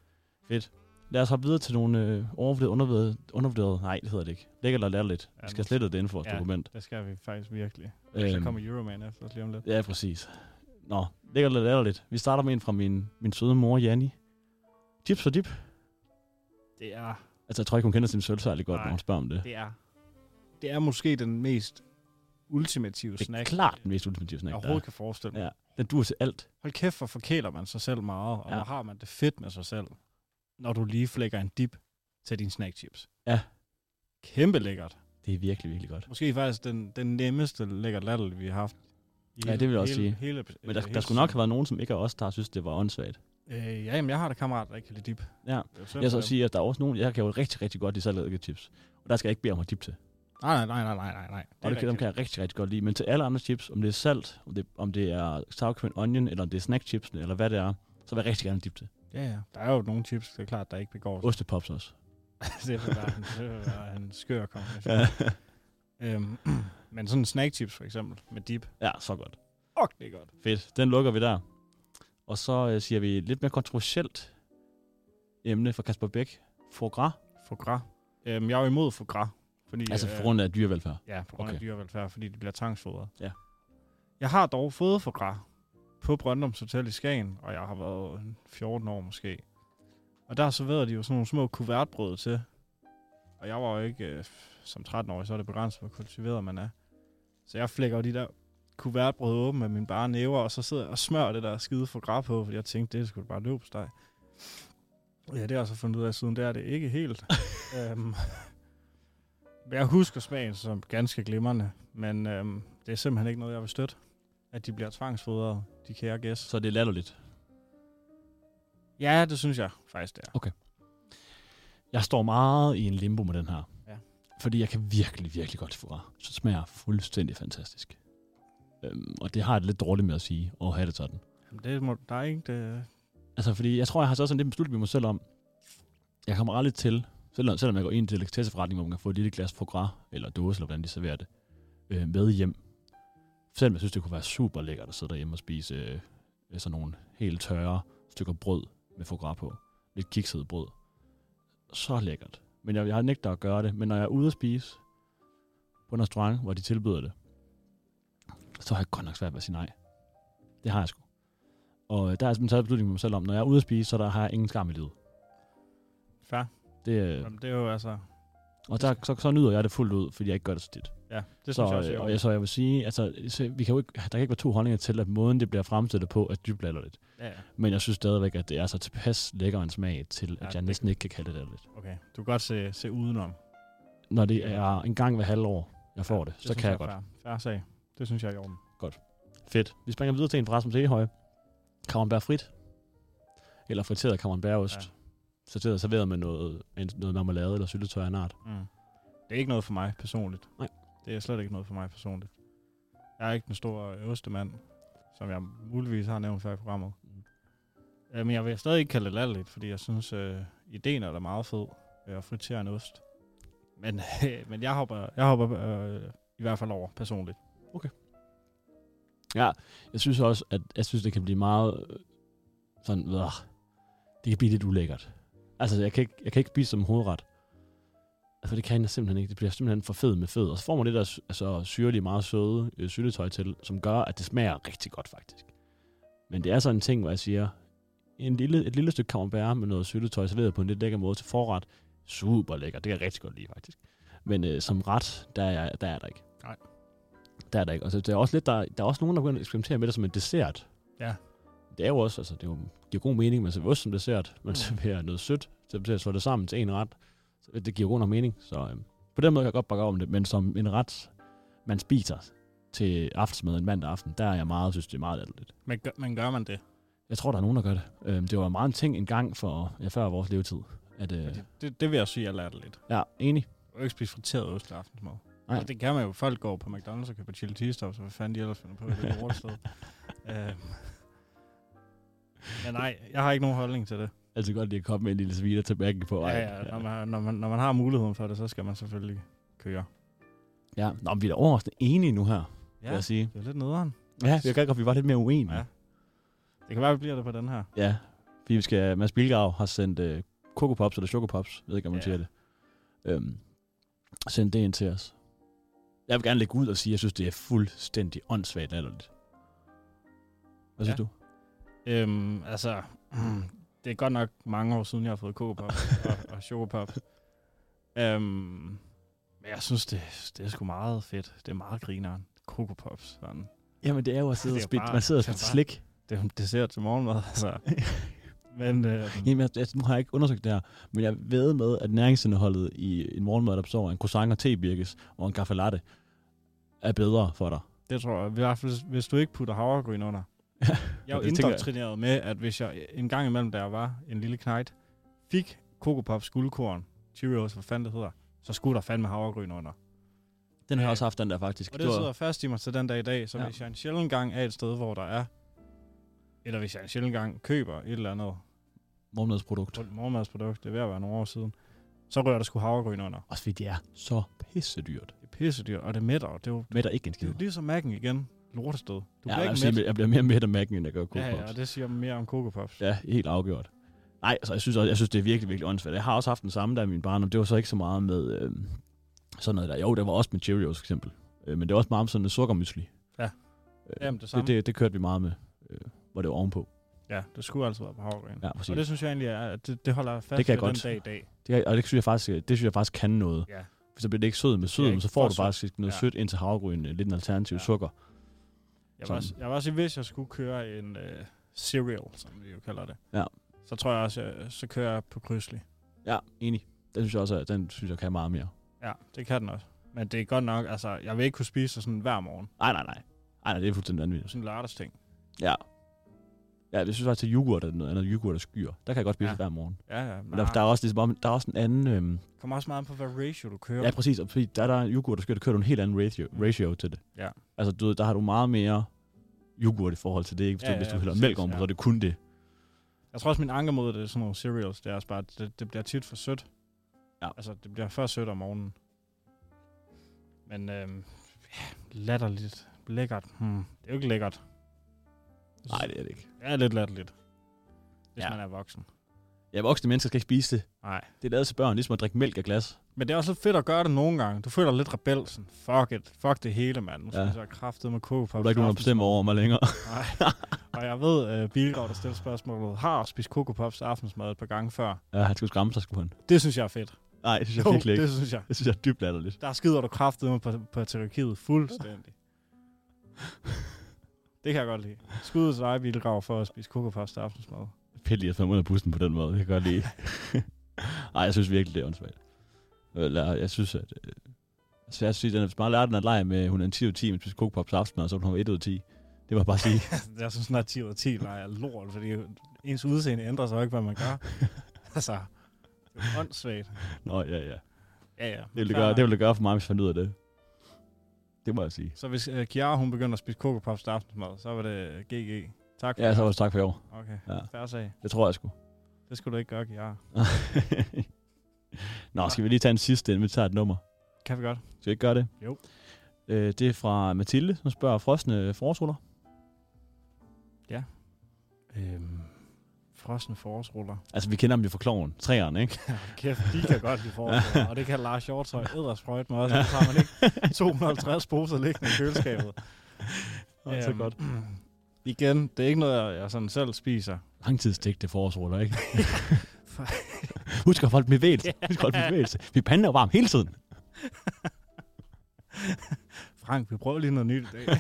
H: Fedt. Lad os hoppe videre til nogle øh, overvurderede, undervurderede, undervurderede, nej det hedder det ikke. Lækker eller latterligt.
G: Ja,
H: Vi
G: men-
H: skal slette det inden for vores
G: Ja.
H: dokument.
G: Det skal vi faktisk virkelig. Øhm. Så
H: Øhm,
G: kommer Euroman efter os lige om lidt.
H: ja, præcis. Nå, lækker eller latterligt. Vi starter med en fra min, min søde mor, Janni. Chips for dip.
G: Det er
H: Altså, jeg tror ikke, hun kender sin sølv særlig godt,
G: Nej.
H: når hun spørger om det.
G: Det er, det er måske den mest ultimative
H: Det er
G: snack,
H: klart den mest ultimative
G: jeg
H: snack, der er.
G: overhovedet kan forestille mig.
H: Ja. Den duer til alt.
G: Hold kæft, hvor forkæler man sig selv meget, og
H: Ja.
G: ja. hvor har man det fedt med sig selv, når du lige flækker en dip til dine snackchips.
H: Ja.
G: Kæmpe lækkert.
H: Det er virkelig, virkelig godt.
G: Måske faktisk den, den nemmeste lækkert latterlige, vi har haft. i
H: Ja, det vil jeg også
G: hele,
H: sige.
G: Hele, hele,
H: Men der,
G: hele
H: der skulle nok have været nogen, som ikke er os, der synes, det var åndssvagt.
G: været... Øh, ja, jamen, jeg har da kammerat, der ikke kan lide dip.
H: Ja.
G: Det er jo synd
H: Jeg
G: for
H: så
G: dem.
H: sige, at der er også nogen, jeg kan jo rigtig, rigtig godt lide salgede chips. Og der skal jeg ikke bede om at dip til.
G: Nej, nej, nej, nej, nej, nej,
H: Og
G: nej.
H: det, kan- dem
G: rigtigt.
H: kan jeg rigtig, rigtig godt lide. Men til alle andre chips, om det er salt, om det, om det er sour cream and onion, eller om det er snackchips, eller hvad det er, så vil jeg rigtig gerne dip til.
G: Ja, ja. Der er jo nogle chips, det er klart, der ikke begår sig.
H: Ostepops også.
G: det vil være en, det vil være en skør kombination.
H: Ja.
G: Øhm, men sådan snackchips for eksempel, med dip.
H: ja, så godt.
G: Fuck, det er godt.
H: Fedt. Den lukker vi der. Og så øh, siger vi et lidt mere kontroversielt emne fra Kasper Bæk. Foie gras.
G: Foie gras. Øhm, jeg er jo imod foie gras. Fordi,
H: Altså
G: øh,
H: for grund af dyrevelfærd.
G: Ja, på grund okay.
H: Okay.
G: af dyrevelfærd, fordi de bliver tvangsfodret.
H: Ja.
G: Jeg har dog fået foie gras på Brøndums Hotel i Skagen, og jeg har været en 14 år måske. Og der serverede de jo sådan nogle små kuvertbrød til. Og jeg var jo ikke, øh, som 13-årig, så er det begrænset, hvor kultiveret man er. Så jeg flækker jo de der kuvertbrød åben med mine bare næver, og så sidder jeg og smører det der skide for græb på, fordi jeg tænkte, det skulle bare løbe på dig. Ja, det har jeg så fundet ud af siden, der er det ikke helt. øhm, men jeg husker smagen som ganske glimrende, men øhm, det er simpelthen ikke noget, jeg vil støtte. At de bliver tvangsfodret, de kære gæs.
H: Så det er latterligt.
G: Ja, det synes jeg faktisk, det er.
H: Jeg står meget i en limbo med den her.
G: Ja.
H: Fordi jeg kan virkelig, virkelig godt få Så det smager fuldstændig fantastisk. Øhm, og det har jeg det lidt dårligt med at sige, og have det sådan.
G: Jamen, det må, der er ikke det...
H: Altså, fordi jeg tror, jeg har så også en lidt beslutning med mig selv om, jeg kommer aldrig til, selvom, selvom jeg går ind til en delikatessen-forretning, hvor man kan få et lille glas foie gras, eller dåse, eller hvordan de serverer det, øh, med hjem. Selvom jeg synes, det kunne være super lækkert at sidde derhjemme og spise øh, øh, sådan nogle helt tørre stykker brød med foie gras på. Lidt kikset brød. Så lækkert. Men jeg, jeg har nægter at gøre det. Men når jeg er ude at spise på en restaurant, hvor de tilbyder det, så har jeg godt nok svært ved at sige nej. Det har jeg sgu. Og øh, der har jeg simpelthen taget beslutningen med mig selv om, når jeg er ude at spise, så der har jeg ingen skam i livet.
G: Fair.
H: Det, øh,
G: Jamen, det er jo altså...
H: og der, så, så nyder jeg det fuldt ud, fordi jeg ikke gør det så tit.
G: Ja, det synes
H: så,
G: jeg også.
H: øh,
G: er
H: og jeg, så jeg vil sige, altså, så vi kan jo ikke, der kan ikke være to holdninger til, at måden det bliver fremstillet på, er dybt lidt.
G: Ja, ja.
H: Men jeg synes stadigvæk, at det er så tilpas lækker en smag til,
G: Ja,
H: at jeg
G: det
H: næsten ikke kan kalde det lidt.
G: Okay, du kan godt se, se udenom.
H: Når det er en gang hver halvår, jeg får
G: Ja,
H: det, så
G: synes
H: kan jeg,
G: er
H: godt.
G: Fair. fair sag. Det synes jeg er i orden.
H: Fedt. Vi springer videre til en fra som Tehøj. Camembert frit. Eller friteret camembertost.
G: Ja.
H: Ja. Sorteret serveret med noget, en- noget marmelade eller syltetøj af en art.
G: Mm. Det er ikke noget for mig personligt.
H: Nej.
G: Det er slet ikke noget for mig personligt. Jeg er ikke den store øvstemand, som jeg muligvis har nævnt før i programmet.
H: Mm.
G: Øh, men jeg vil stadig ikke kalde det latterligt, fordi jeg synes, øh, ideen er da meget fed øh, at fritere en ost. Men, øh, men jeg hopper, jeg hopper øh, i hvert fald over personligt.
H: Ja, jeg synes også, at jeg synes, det kan blive meget øh, sådan, øh, det kan blive lidt ulækkert. Altså, jeg kan ikke, jeg kan ikke spise som hovedret. Altså, det kan jeg simpelthen ikke. Det bliver simpelthen for fed med fed. Og så får man det der sy- altså, syrlige, meget søde øh, syltetøj til, som gør, at det smager rigtig godt, faktisk. Men det er sådan en ting, hvor jeg siger, en lille, et lille stykke camembert med noget syltetøj serveret på en lidt lækker måde til forret. Super lækker. Det kan jeg rigtig godt lide, faktisk. Men øh, som ret, der er, jeg, der er der ikke.
G: Nej.
H: Der er der ikke. Og så der er også lidt, der, der er også nogen, der begynder at eksperimentere med det som en dessert.
G: Ja.
H: Det er jo også, altså det er jo, giver god mening, man serverer ost som dessert,
G: Mm.
H: man serverer noget sødt, så man slår det sammen til en ret. Så det giver god nok mening, så øhm, på den måde kan jeg godt bakke op om det, men som en ret, man spiser til aftensmad en mandag aften, der er jeg meget, synes det er meget latterligt.
G: Men gør, men gør man det?
H: Jeg tror, der er nogen, der gør det. Øhm, det var meget en ting en gang for, ja, før vores levetid. At, øh,
G: Fordi Altså, Det, det vil jeg sige er latterligt.
H: ja, enig.
G: Du kan jo ikke spise friteret ost til aftensmad.
H: Nej.
G: Og det kan man jo. Folk går på McDonald's og køber chili cheese tops, og hvad fanden de ellers finder på i det lorte sted. Øhm. Men nej, jeg har ikke nogen holdning til det.
H: Altså godt lige at komme med en lille sviner til backen på vejen.
G: ja, ja, når, man, når, man, når man har muligheden for det, så skal man selvfølgelig køre.
H: ja. Nå, men vi er da overraskende enige nu her, ja. vil jeg
G: det
H: sige.
G: er lidt nederen.
H: Ja, jeg kan godt, vi var lidt mere uenige.
G: Ja. Det kan være, vi bliver det på den her.
H: Ja, fordi vi skal, Mads Bilgaard har sendt øh, Coco Pops eller Choco Pops, jeg ved ikke, om man
G: Ja.
H: ja. siger det. Øhm, sendt det ind til os. Jeg vil gerne lægge ud og sige, at jeg synes, det er fuldstændig åndssvagt latterligt. Hvad synes
G: Ja.
H: du?
G: Øhm, altså, det er godt nok mange år siden, jeg har fået kokopop og, og chokopop. Øhm, men jeg synes, det, det er sgu meget fedt. Det er meget grineren. Kokopops, sådan.
H: Jamen, det er jo at sidde og
G: Det er jo
H: spise,
G: bare-
H: man sidder og
G: det er
H: spiser
G: bare-
H: slik.
G: Det er jo en dessert til morgenmad, altså. Men øhm,
H: Jamen, jeg, jeg, nu har jeg ikke undersøgt det her, men jeg ved med, at næringsindholdet i en morgenmad, der består af en croissant og tebirkes og en kaffe latte, er bedre for dig.
G: det tror jeg, i hvert fald, hvis du ikke putter havregryn under. Jeg er jo
H: det tænker jeg.
G: indoktrineret med, at hvis jeg en gang imellem, da jeg var en lille knægt, fik kokopops guldkorn, Cheerios, hvad fanden det hedder, så skulle der fandme havregryn under.
H: Den har jeg
G: Ja.
H: også haft, den der faktisk.
G: Og det
H: Du har-
G: sidder fast i mig til den dag i dag, så ja.
H: Ja.
G: hvis jeg en sjældent gang er et sted, hvor der er, eller hvis jeg en sjældent gang køber et eller andet
H: morgenmadsprodukt.
G: morgenmadsprodukt, det er ved at være nogle år siden, så rører der sgu havregryn under.
H: Også fordi det er så pissedyrt.
G: Det er pissedyrt, og det mætter, og det er jo
H: Med der ikke en
G: det er
H: skid.
G: jo ligesom mærken igen. Lortested. Du
H: Ja,
G: bliver
H: jeg, vil
G: ikke
H: sige,
G: mæt.
H: jeg bliver mere mæt af Mac'en, end jeg gør
G: Ja,
H: Coco
G: ja, og det siger mere om Coco Pops.
H: ja, helt afgjort. Nej, altså, jeg synes, også, jeg synes, det er virkelig, virkelig åndssvagt. Jeg har også haft den samme der i min barndom. Det var så ikke så meget med øh, sådan noget der. Jo, det var også med Cheerios, for eksempel. Øh, men det var også meget med sådan noget sukkermysli.
G: Ja.
H: Øh,
G: Jamen, det samme.
H: det, det, det, kørte vi meget med, øh, hvor det var ovenpå.
G: Ja, det skulle altid være på havregryn.
H: Ja, præcis.
G: Og det synes jeg egentlig er, at det, det holder jeg fast
H: Det kan jeg
G: ved den
H: godt.
G: dag i dag.
H: øh, Det, og det synes jeg faktisk, det synes jeg faktisk kan noget.
G: Ja.
H: så bliver det ikke sød med sød,
G: Ja,
H: men
G: ikke
H: så får
G: for
H: du
G: sødt.
H: faktisk noget
G: Ja.
H: ja. sødt indtil havregryn, øh, lidt en alternativ
G: Ja.
H: ja. sukker.
G: Jeg var,
H: Sådan.
G: også, jeg var også, hvis jeg skulle køre en øh, cereal, som vi jo kalder det,
H: Ja.
G: så tror jeg også, jeg, så kører jeg på krydslig.
H: Ja, enig. Den synes jeg også, at den synes jeg kan meget mere.
G: Ja, det kan den også. Men det er godt nok, altså, jeg vil ikke kunne spise det sådan hver morgen.
H: Nej, nej, nej. Nej, nej, det er fuldstændig vanvittigt.
G: Sådan en lørdagsting.
H: Ja. Ja, jeg synes faktisk, at yoghurt er noget andet. Yoghurt og skyer. Der kan jeg godt spise
G: Ja.
H: ja. hver morgen.
G: Ja, ja.
H: Men der, der, er også, ligesom, om- der er også en anden... Øhm,
G: kommer også meget an på, hvad ratio du kører.
H: ja, præcis. Og fordi der er der en yoghurt og skyer, der kører du en helt anden ratio, ratio til det.
G: Mm. Ja.
H: Altså, du ved, der har du meget mere yoghurt i forhold til det. Ikke? Hvis,
G: Ja,
H: ja, du, hvis
G: ja,
H: du hælder
G: præcis,
H: mælk om,
G: ja.
H: så er det kun det.
G: Jeg tror også, min anker mod det er sådan nogle cereals. Det er også bare, at det, det bliver tit for sødt.
H: Ja.
G: Altså, det bliver for sødt om morgenen. Men øhm, ja, latterligt. Lækkert. Hmm. Det er jo ikke lækkert. Jeg
H: Nej,
G: synes,
H: det er det ikke.
G: det er lidt latterligt. Hvis
H: Ja.
G: man er voksen.
H: Ja, voksne mennesker skal ikke spise det.
G: Nej.
H: Det er lavet til børn, ligesom at drikke mælk af glas.
G: Men det er også lidt fedt at gøre det nogle gange. Du føler dig lidt rebel. Sådan, fuck it. Fuck det hele, mand. Nu skal
H: Ja.
G: jeg så kraftet med koge på.
H: Og der er ikke nogen, der bestemmer over mig længere.
G: Nej. Og jeg ved, at øh, Bilgaard, der stiller spørgsmålet, har spist Coco Pops aftensmad et par gange før.
H: ja, han skulle skamme sig, skulle han.
G: Det synes jeg er fedt.
H: Nej, det synes jeg virkelig ikke.
G: det synes jeg.
H: Det synes jeg er dybt latterligt.
G: Der skider du kraftedeme på, på patriarkiet fuldstændig. det kan jeg godt lide. Skud til dig, Bilgrav, for at spise kokopops til aftensmad.
H: Pille lige at få ham ud af bussen på den måde. Det kan jeg godt lide. Nej, jeg synes virkelig, det er åndssvagt. Eller, jeg synes, at... Øh, altså, jeg synes, at hvis man lærer den at lege med, hun er en 10 ud af 10, men spiser kokpops aftensmad, så er hun 1 ud af 10. Det må jeg bare sige.
G: jeg synes snart 10 ud af 10 leger lort, fordi ens udseende ændrer sig jo ikke, hvad man gør. altså, det er jo åndssvagt.
H: Nå, ja, ja.
G: Ja, ja.
H: Det ville det
G: Fair
H: gøre,
G: nok.
H: det, ville det gøre for mig, hvis jeg fandt ud af det. Det må jeg sige.
G: Så hvis uh, Kiara, hun begynder at spise kokopops til aftensmad, så var det GG. Tak for
H: Ja,
G: det.
H: så var det tak for i år.
G: Okay,
H: Ja.
G: færre sag.
H: Det tror jeg sgu.
G: Det skulle du ikke gøre, Kiara.
H: Nå, skal vi lige tage en sidste, inden vi tager et nummer?
G: Kan vi godt.
H: Skal vi ikke gøre det?
G: Jo.
H: Øh, det er fra Mathilde, som spørger frosne forårsruller.
G: Øhm, frosne forårsruller.
H: Altså, vi kender dem jo fra kloven. Træerne, ikke?
G: Kæft, de kan godt lide forårsruller, og det kan Lars Hjortøj ædersprøjt med også. Så har man ikke 250 poser liggende i køleskabet.
H: Åh, så godt.
G: Igen, det er ikke noget, jeg- jeg sådan selv spiser.
H: Langtidsdigte forårsruller, ikke? Husk at holde dem i bevægelse. Husk at holde dem i bevægelse. Vi pander varm hele tiden.
G: Frank, vi prøver lige noget nyt i dag.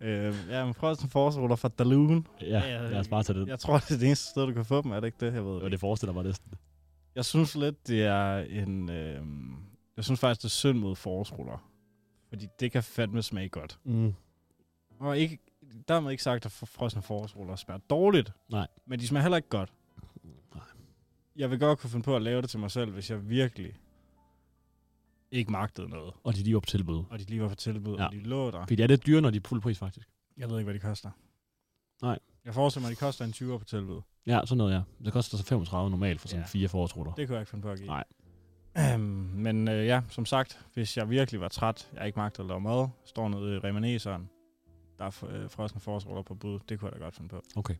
G: øhm, ja, men frosne forårsruller fra Dalun.
H: Ja,
G: Ja, ja,
H: lad os bare tage den.
G: Jeg tror, det er det eneste sted, du kan få dem, er det ikke det? Jeg ved
H: Det
G: det
H: var det, jeg forestiller mig næsten.
G: Jeg synes lidt, det er en... Øh, jeg synes faktisk, det er synd mod forårsruller. Fordi det kan fandme smage godt.
H: Mm.
G: Og ikke, dermed ikke sagt, at fr- frosne forårsruller smager dårligt.
H: Nej.
G: Men de smager heller ikke godt.
H: Nej.
G: Jeg vil godt kunne finde på at lave det til mig selv, hvis jeg virkelig ikke magtede noget.
H: Og de er lige op på tilbud.
G: Og de lige var på tilbud, ja.
H: Ja.
G: og de lå der.
H: Fordi det er lidt dyre, når de er fuld pris, faktisk.
G: Jeg ved ikke, hvad de koster.
H: Nej.
G: Jeg forestiller mig, at de koster en 20 på tilbud.
H: Ja, sådan noget, ja. Det koster så 35 normalt for sådan
G: Ja.
H: ja. fire forårsruller.
G: Det kunne jeg ikke finde på at give.
H: Nej.
G: Øhm, men øh, ja, som sagt, hvis jeg virkelig var træt, jeg ikke magtede at lave mad, står nede i remaneseren, der er fr- øh, frosne forårsruller på bud, det kunne jeg da godt finde på.
H: Okay.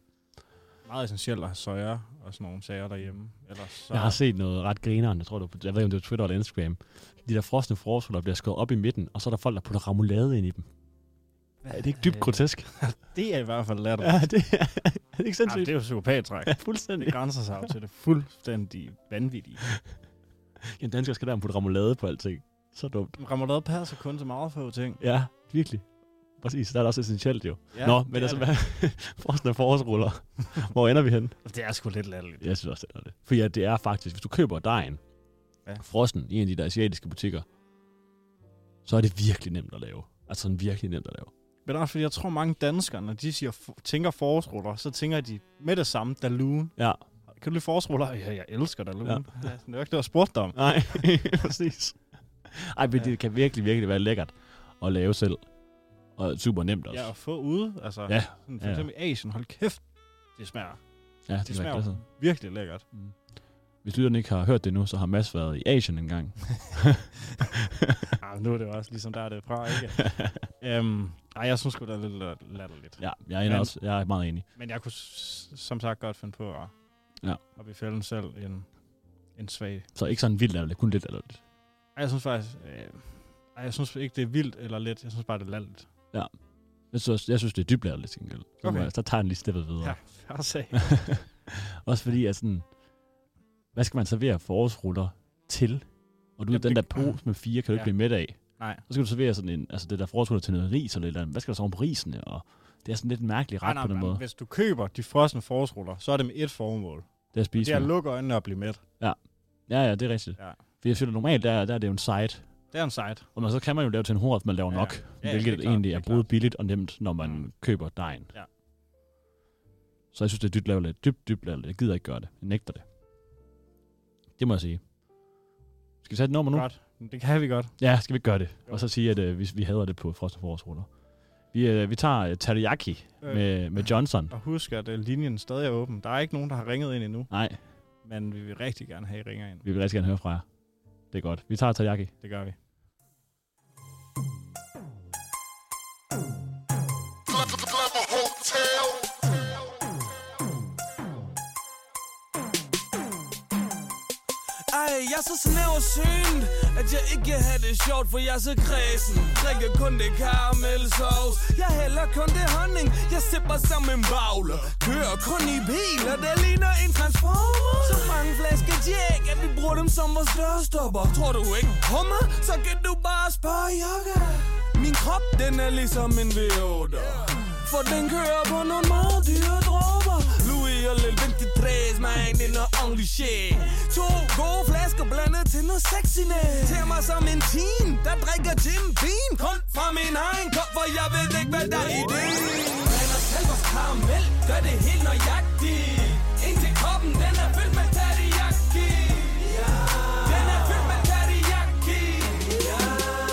G: Meget essentielt at have soja og sådan nogle sager derhjemme. Ellers så,
H: Jeg har set noget ret grinerende, jeg tror det var, på- jeg ved ikke, om det var Twitter eller Instagram. De der frosne forårsruller bliver skåret op i midten, og så er der folk, der putter remoulade ind i dem. Er det ikke dybt grotesk?
G: Øh, det er i hvert fald latter.
H: Ja, det er, er det ikke
G: Ja, det
H: sindssygt.
G: er jo psykopattræk.
H: Ja, fuldstændig.
G: Det grænser sig jo til det fuldstændig vanvittige.
H: En dansker skal der putte remoulade på alting. Så dumt.
G: Remoulade passer kun til meget få ting.
H: Ja, virkelig. Præcis, der er det også essentielt jo.
G: Ja,
H: Ja, Nå,
G: det
H: men altså,
G: er
H: hvad? Forresten af forårsruller. Hvor ender vi hen?
G: det. det er sgu lidt latterligt.
H: Jeg synes også, det er det. For ja, det er faktisk, hvis du køber dejen,
G: Ja.
H: ja. frossen i en af de der asiatiske butikker, så er det virkelig nemt at lave. Altså sådan virkelig nemt at lave.
G: Men også fordi jeg tror, mange danskere, når de siger, f- tænker forårsruller, så tænker de med det samme, Dalun.
H: Ja,
G: Kan du lide forårsruller? Ja, jeg elsker Dalun. Ja.
H: Ja.
G: Ja, det var ikke det, jeg spurgte dig om.
H: nej, præcis. Ej, men
G: Ja.
H: ja. det kan virkelig, virkelig være lækkert at lave selv. Og super nemt også.
G: Ja, at få ude. Altså,
H: Ja,
G: sådan, for
H: ja.
G: eksempel i Asien, hold kæft, det smager
H: ja
G: det
H: kan være
G: smager
H: glasset.
G: virkelig lækkert.
H: Mm. Hvis lytterne ikke har hørt det nu, så har Mads været i Asien engang.
G: Ah, nu er det jo også ligesom der er det fra, ikke? øhm, ej, jeg synes sgu, det er lidt lat- latterligt.
H: ja, jeg er,
G: Men-
H: Men... også, jeg er meget enig.
G: Men jeg kunne s- som sagt godt finde på at,
H: Ja.
G: at blive fælden selv en, en svag.
H: Så ikke sådan vildt latterligt, kun lidt latterligt.
G: Ej, jeg synes faktisk... Øh, ej, jeg synes ikke, det er vildt eller let. Jeg synes bare, det er latterligt.
H: Jeg synes, jeg synes det er dybt latterligt, til gengæld. Så,
G: Okay.
H: okay. så tager den lige steppet videre.
G: Ja, fair sag.
H: Også fordi, at sådan, Hvad skal man servere forårsruller til? Og du ved,
G: Jamen,
H: den der
G: det-
H: pose med fire, kan du ikke
G: Ja.
H: blive mæt af.
G: Nej.
H: Så skal du servere sådan en, altså det der forårsruller til noget ris eller et eller andet. Hvad skal der så om på risene? Og det er sådan lidt en mærkelig ret
G: nej,
H: på den
G: men
H: måde.
G: Hvis du køber de frosne forårsruller, så er det med et formål.
H: Det er at spise
G: Det er at
H: med.
G: lukke øjnene og blive mæt.
H: Ja, ja, det er rigtigt.
G: Ja.
H: Ja. For jeg synes, normalt der, der er det jo en side.
G: Det er en sejt.
H: Og man, så kan man jo lave til en horret, man laver
G: Ja,
H: ja.
G: ja.
H: nok.
G: Ja, ja,
H: Ja,
G: det er
H: hvilket
G: klart,
H: er egentlig
G: det
H: er
G: er
H: både
G: klart.
H: billigt og nemt, når man
G: Mm.
H: køber dejen.
G: Ja.
H: Så jeg synes, det er dybt lavligt. Dybt, dybt lavligt. Jeg gider ikke gøre det. Jeg nægter det. Det må jeg sige. Skal vi tage et nummer nu?
G: Godt. Det kan vi godt.
H: Ja, skal vi ikke gøre det? Og så sige, at øh, vi, vi hader det på Frost Forårsruller. Vi, øh, vi tager øh, teriyaki
G: Øh.
H: med, med Johnson.
G: Og husk, at øh, linjen stadig er åben. Der er ikke nogen, der har ringet ind endnu,
H: Nej,
G: men vi vil rigtig gerne have, at I ringer ind.
H: vi vil rigtig gerne høre fra jer. Det er godt. Vi tager teriyaki.
G: Det gør vi.
E: Glamour Hotel.
J: Ej, jeg er så snæv og syn, at jeg ikke kan have det sjovt, for jeg er så kredsen. Drikker kun det karamelsovs. Jeg hælder kun det honning, jeg sipper som en bagler. Kører kun i biler, der ligner en transformer. Så mange flasker jack, at vi bruger dem som vores dørstopper. Tror du ikke på mig, så kan du bare spørge Jokka. Min krop, den er ligesom en V8. For den kører på nogle meget dyre dråber. Louis og Lil Vintage 23, man, det er noget ordentligt shit. To gode flasker blandet til noget sexiness. Tag mig som en teen, der drikker Jim Beam. Kun fra min egen kop, for jeg ved ikke, hvad der er i det. Blander selv vores karamel, gør det helt nøjagtigt. Indtil koppen, den er fyldt med teriyaki. Den er fyldt med teriyaki.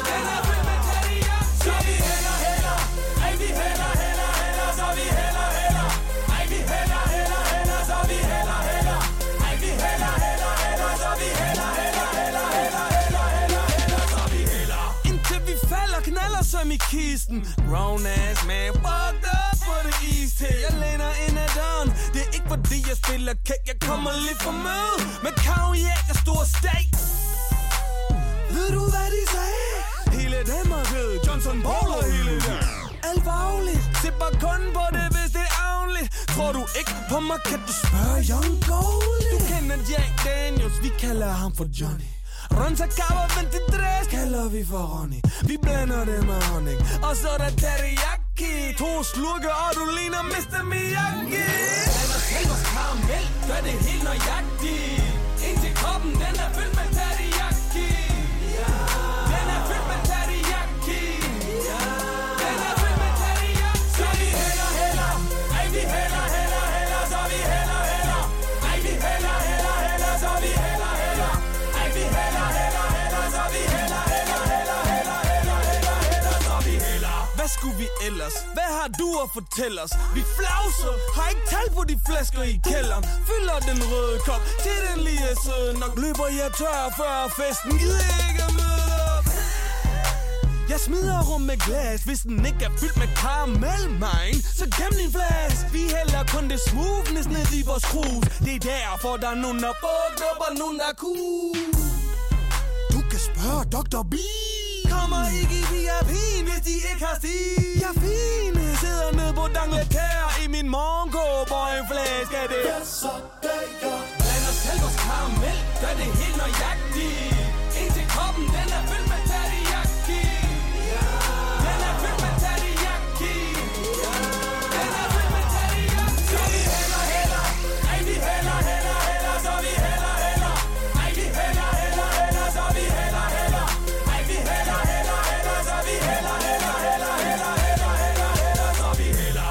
J: Den er fyldt med teriyaki. Så vi hælder, hælder. Ej, vi hælder, hælder, hælder. Så vi hælder, hælder. Ej, vi hælder, hælder, hælder. Så vi hælder, hælder. Ej, vi hælder, hælder, hælder. Så vi hælder, hælder, hælder, hælder, hælder, hælder, hælder. Så vi hælder. Indtil vi falder, knaller som i kisten. Grown ass man, fucked up for the east til Jeg læner ind ad døren Det er ikke fordi jeg spiller kæk Jeg kommer lidt for møde Med cognac og stor steak ved du hvad de sagde? Hele Danmark ved Johnson Paul og hele den. Alvorligt, sipper kun på det, hvis det er avnligt Tror du ikke på mig, kan du spørge Young Goalie? Du kender Jack Daniels, vi kalder ham for Johnny Ron Sakawa 23 kalder vi for Ronny Vi blander det med honning Og så er der teriyaki To slurke, og du ligner Mr. Miyagi Blander selv vores karamel, gør det helt nøjagtigt Indtil koppen, den er fyldt med teriyaki den er fyldt med teriyaki. Den er fyldt med teriyaki. Så vi hælder, hælder. Ej, vi hælder, hælder, hælder. Så vi hælder, hælder. Ej, vi hælder, hælder, hælder. Så vi hælder, hælder. Ej, vi hælder, hælder, hælder. Så vi hælder, hælder, hælder, hælder, hælder, hælder, hælder. Så vi hælder. Hvad skulle vi ellers? Hvad har du at fortælle os? Vi flauser, har ikke tal på de flasker i kælderen Fylder den røde kop til den lige søde nok Løber jeg tør før festen gider ikke at møde op jeg smider rum med glas Hvis den ikke er fyldt med karamel, mine Så gem din flaske Vi hælder kun det smoothness ned i vores krus Det er derfor, der er nogen, der bugt op og nogen, der er cool du kan spørge Dr. B. Kommer ikke i terapien, hvis de ikke har stil. Jeg fine sidder nede på Dangletær i min morgenkåb og en flaske af det. Yes, så det gør. Blander selv vores karamel, gør det helt nøjagtigt. Indtil koppen, den er fyldt med teriyaki. Den er fyldt med teriyaki. Den er fyldt med teriyaki. Så vi hælder, hælder. Ej, vi hælder, hælder, hælder. Så vi hælder, hælder. Ej, vi hælder, hælder, hælder. Så vi hælder, hælder. Ej, vi hælder, hælder, hælder. Så vi hælder, hælder, hælder, hælder, hælder, hælder, hælder. Så vi hælder.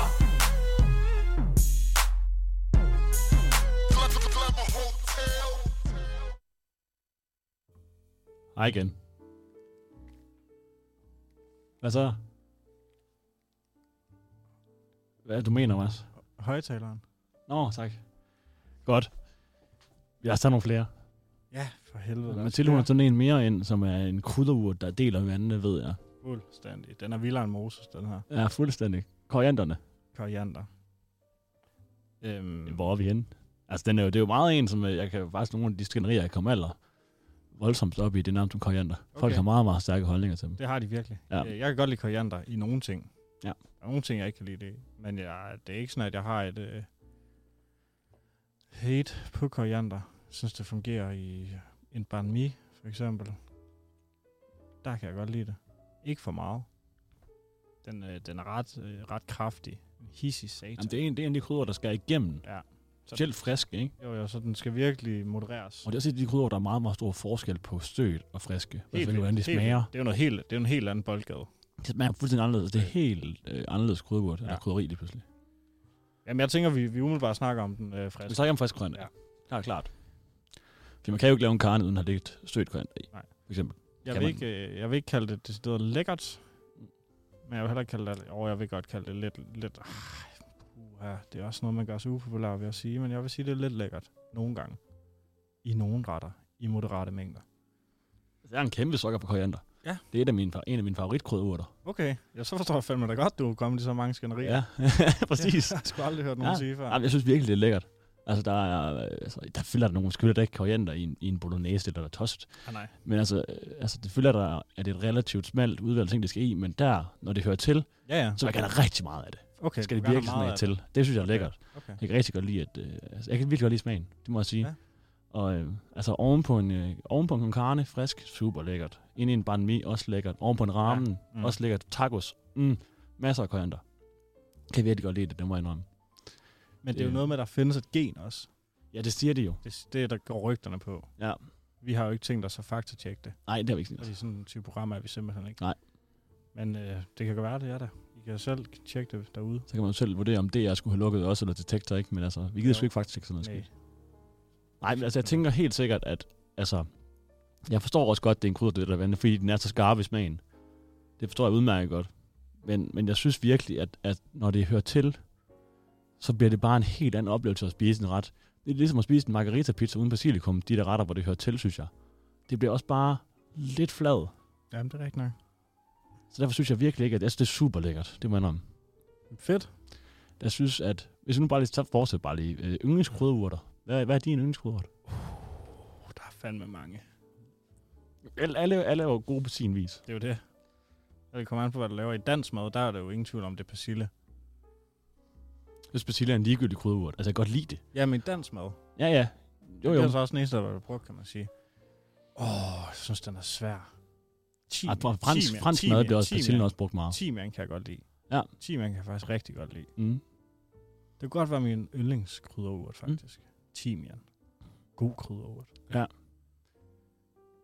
E: Glamour Hotel.
H: Hej igen. Hvad så? Hvad er det, du mener, Mads?
G: Højtaleren.
H: Nå, tak. Godt. Jeg har taget nogle flere.
G: Ja, for helvede. der er
H: Mathilde, hun har
G: flere.
H: sådan en mere ind, som er en krydderur, der deler vandene, ved jeg.
G: Fuldstændig. Den er vildere end Moses, den her.
H: Ja, fuldstændig. Korianderne.
G: Koriander. Øhm,
H: Hvor er vi henne? Altså, den er jo, det er jo meget en, som øh, jeg kan faktisk nogle af de skænderier, jeg kommer aller voldsomt op i, det er nærmest som koriander. Okay. Folk
G: Okay.
H: har meget, meget stærke holdninger til dem.
G: det har de virkelig.
H: Ja.
G: Øh, Jeg kan godt lide koriander i nogle ting.
H: Ja.
G: Der er nogle ting, jeg ikke kan lide det i. Men jeg, det er ikke sådan, at jeg har et øh, hate på koriander. synes, det fungerer i en banh mi, for eksempel. Der kan jeg godt lide det. Ikke for meget. Den, øh, den er ret, øh, ret kraftig. Hissig satan.
H: Jamen, det, er en, det er en af de krydder, der skal igennem.
G: Ja.
H: Specielt friske, ikke?
G: Jo, jo, så den skal virkelig modereres.
H: Og det er også et af de krydder, der er meget, meget stor forskel på stødt og friske. Helt
G: Helt
H: altså, hvordan de
G: vildt, helt
H: smager.
G: vildt. Det er jo noget helt, det er jo en helt anden boldgade.
H: Det smager fuldstændig anderledes. Det er helt øh, anderledes krydderurt, ja.
G: Ja.
H: eller krydderi lige pludselig.
G: Jamen, jeg tænker, vi, vi umiddelbart snakker om den øh,
H: Vi
G: friske.
H: snakker om frisk grønt.
G: Ja.
H: Klart, klart. For man kan jo ikke lave en karne, uden at have lidt stødt grønt i.
G: Nej.
H: For eksempel.
G: Jeg
H: kan
G: vil,
H: man-
G: ikke, øh, jeg vil ikke kalde det decideret lækkert, men jeg vil heller ikke kalde det... Åh, jeg vil godt kalde det lidt... lidt ah, puha, det er også noget, man gør sig upopulær ved at sige, men jeg vil sige, det er lidt lækkert. Nogle gange. I nogle retter. I moderate mængder.
H: Jeg er en kæmpe sukker for koriander.
G: Ja.
H: Det er et af mine, fa- en af mine favoritkrydderurter.
G: Okay, ja, så forstår jeg fandme da godt, du er kommet i så mange skænderier.
H: Ja, præcis.
G: Jeg har sgu aldrig hørt nogen
H: Ja.
G: sige før.
H: Jamen, jeg synes virkelig, det er lækkert. Altså, der, er, øh, altså, der fylder der nogle skylder der ikke koriander i en, i en bolognese eller tost.
G: Ah, nej.
H: Men altså, øh, altså det fylder der, at det er et relativt smalt udvalg af ting, det skal i. Men der, når det hører til,
G: Ja, ja.
H: så vil jeg gerne have rigtig meget af det.
G: Okay,
H: skal
G: du
H: det
G: gerne
H: virkelig
G: have meget
H: smage
G: af det.
H: til. Det synes jeg er lækkert.
G: Okay.
H: Jeg kan rigtig godt lide, at, øh, altså, jeg kan virkelig godt lide smagen, det må jeg sige.
G: Ja.
H: Ja. Og øh, altså ovenpå en, øh, ovenpå en carne, frisk, super lækkert. Inde i en banh mi, også lækkert. Ovenpå en ramen, ja.
G: Mm.
H: mm. også lækkert. Tacos, mm, masser af koriander. Kan jeg virkelig godt lide det, det må jeg indrømme.
G: Men det er jo
H: Øh.
G: noget med, at der findes et gen også.
H: Ja, det siger de jo.
G: Det, det er der går rygterne på.
H: Ja.
G: Vi har jo ikke tænkt os at faktatjekke det,
H: Nej, det har vi ikke
G: fordi
H: sådan.
G: sådan en type program er vi simpelthen ikke.
H: Nej.
G: Men øh, det kan godt være, det er der. I kan selv tjekke det derude.
H: Så kan man jo selv vurdere, om det jeg skulle have lukket også, eller detektor ikke, men altså, vi gider
G: Jo.
H: sgu ikke faktisk ikke sådan noget
G: Nej.
H: skidt. Nej, men altså, jeg tænker helt sikkert, at altså, jeg forstår også godt, at det er en krydderdød, der vandet, fordi den er så skarp i smagen. Det forstår jeg udmærket godt. Men, men jeg synes virkelig, at, at når det hører til, så bliver det bare en helt anden oplevelse at spise en ret. Det er ligesom at spise en margarita pizza uden basilikum, de der retter, hvor det hører til, synes jeg. Det bliver også bare lidt flad.
G: Jamen, det er rigtigt nok.
H: Så derfor synes jeg virkelig ikke, at altså, det er super lækkert. Det må jeg om.
G: Fedt.
H: Jeg synes, at hvis vi nu bare lige så fortsætter bare lige. Øh, yndlingskrydderurter. Hvad, hvad er din yndlingskrydderurt?
G: Oh, der er fandme mange.
H: Alle, alle, alle er jo gode på sin vis.
G: Det er jo det. Og det kommer an på, hvad du laver i dansk mad. Der er der jo ingen tvivl om, det er persille.
H: Jeg synes, persille er en ligegyldig krydderurt. Altså, jeg kan godt lide det.
G: Jamen, i dansk mad.
H: Ja, ja. Jo,
G: Det
H: jo.
G: er altså så også den eneste, der har været brugt, kan man sige. Åh, oh, jeg synes, den er svær. Timian.
H: Ej, fra- Ah, fransk,
G: Timian.
H: fransk mad
G: Timian.
H: bliver også
G: Timian.
H: persillen også brugt meget.
G: Timian kan jeg godt lide.
H: Ja.
G: Timian kan jeg faktisk rigtig godt lide.
H: Mm.
G: Det kunne godt være min yndlingskrydderurt, faktisk. Mm. Timian. God krydderurt.